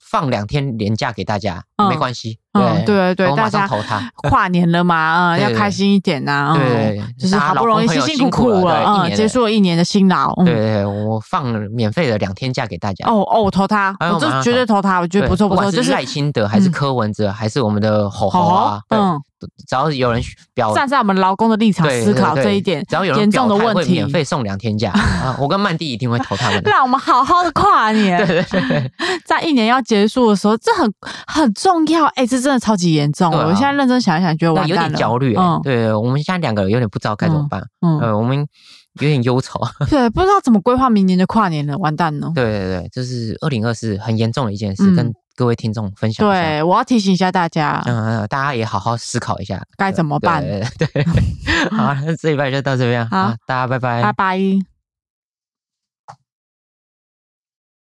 Speaker 1: 放两天年假给大家，
Speaker 2: 嗯
Speaker 1: 没关系，
Speaker 2: 嗯，对对
Speaker 1: 然
Speaker 2: 对，
Speaker 1: 后
Speaker 2: 大
Speaker 1: 马上
Speaker 2: 家
Speaker 1: 投他。
Speaker 2: 跨年了嘛，嗯，
Speaker 1: 对
Speaker 2: 要
Speaker 1: 对
Speaker 2: 开心一点呐，
Speaker 1: 对
Speaker 2: 嗯，就是
Speaker 1: 大家
Speaker 2: 好
Speaker 1: 老
Speaker 2: 不容易
Speaker 1: 公朋
Speaker 2: 辛
Speaker 1: 友辛
Speaker 2: 苦
Speaker 1: 苦
Speaker 2: 苦
Speaker 1: 了对一
Speaker 2: 嗯，
Speaker 1: 年
Speaker 2: 结
Speaker 1: 了
Speaker 2: 束了一年的辛劳，嗯
Speaker 1: 对，对对，我放免费的两天假给大家。
Speaker 2: 哦哦，我投他，
Speaker 1: 哎
Speaker 2: 我就
Speaker 1: 我马上
Speaker 2: 绝对投他，我觉得
Speaker 1: 对
Speaker 2: 不错
Speaker 1: 不
Speaker 2: 错，
Speaker 1: 管
Speaker 2: 就是是
Speaker 1: 赖清德还是
Speaker 2: 嗯
Speaker 1: 柯文哲，还是我们的吼吼
Speaker 2: 好
Speaker 1: 啊，，对，
Speaker 2: 嗯，
Speaker 1: 只要有人表
Speaker 2: 站在我们劳工的立场
Speaker 1: 对
Speaker 2: 嗯思考
Speaker 1: 对对
Speaker 2: 这一点
Speaker 1: 只要有人
Speaker 2: 严重的
Speaker 1: 表态
Speaker 2: 问
Speaker 1: 会
Speaker 2: 题
Speaker 1: 免，费送两 天假啊！我跟曼蒂一定会投他们的。
Speaker 2: 让我们好好的跨
Speaker 1: 对
Speaker 2: 年，
Speaker 1: 对对对
Speaker 2: 在一年要结束的时候，这很很重要，哎，这真的超级严重，
Speaker 1: 对啊
Speaker 2: 我现在认真想一想，觉得
Speaker 1: 那
Speaker 2: 完
Speaker 1: 有
Speaker 2: 蛋
Speaker 1: 点
Speaker 2: 了，
Speaker 1: 焦虑、欸，
Speaker 2: 嗯
Speaker 1: 对，我们现在两个有点不知道该怎么办，
Speaker 2: 嗯，
Speaker 1: 呃，我们有点忧愁。
Speaker 2: 对，不知道怎么规划明年的跨年了，完蛋了。
Speaker 1: 对对对，这是二零二四很严重的一件事，
Speaker 2: 嗯
Speaker 1: 跟各位听众分享一下。
Speaker 2: 对，我要提醒一下大家，
Speaker 1: 嗯，嗯，大家也好好思考一下
Speaker 2: 该怎么办
Speaker 1: 对对，对 好，那这一拜就到这边
Speaker 2: 好
Speaker 1: 啊，好大家拜拜，
Speaker 2: 拜拜。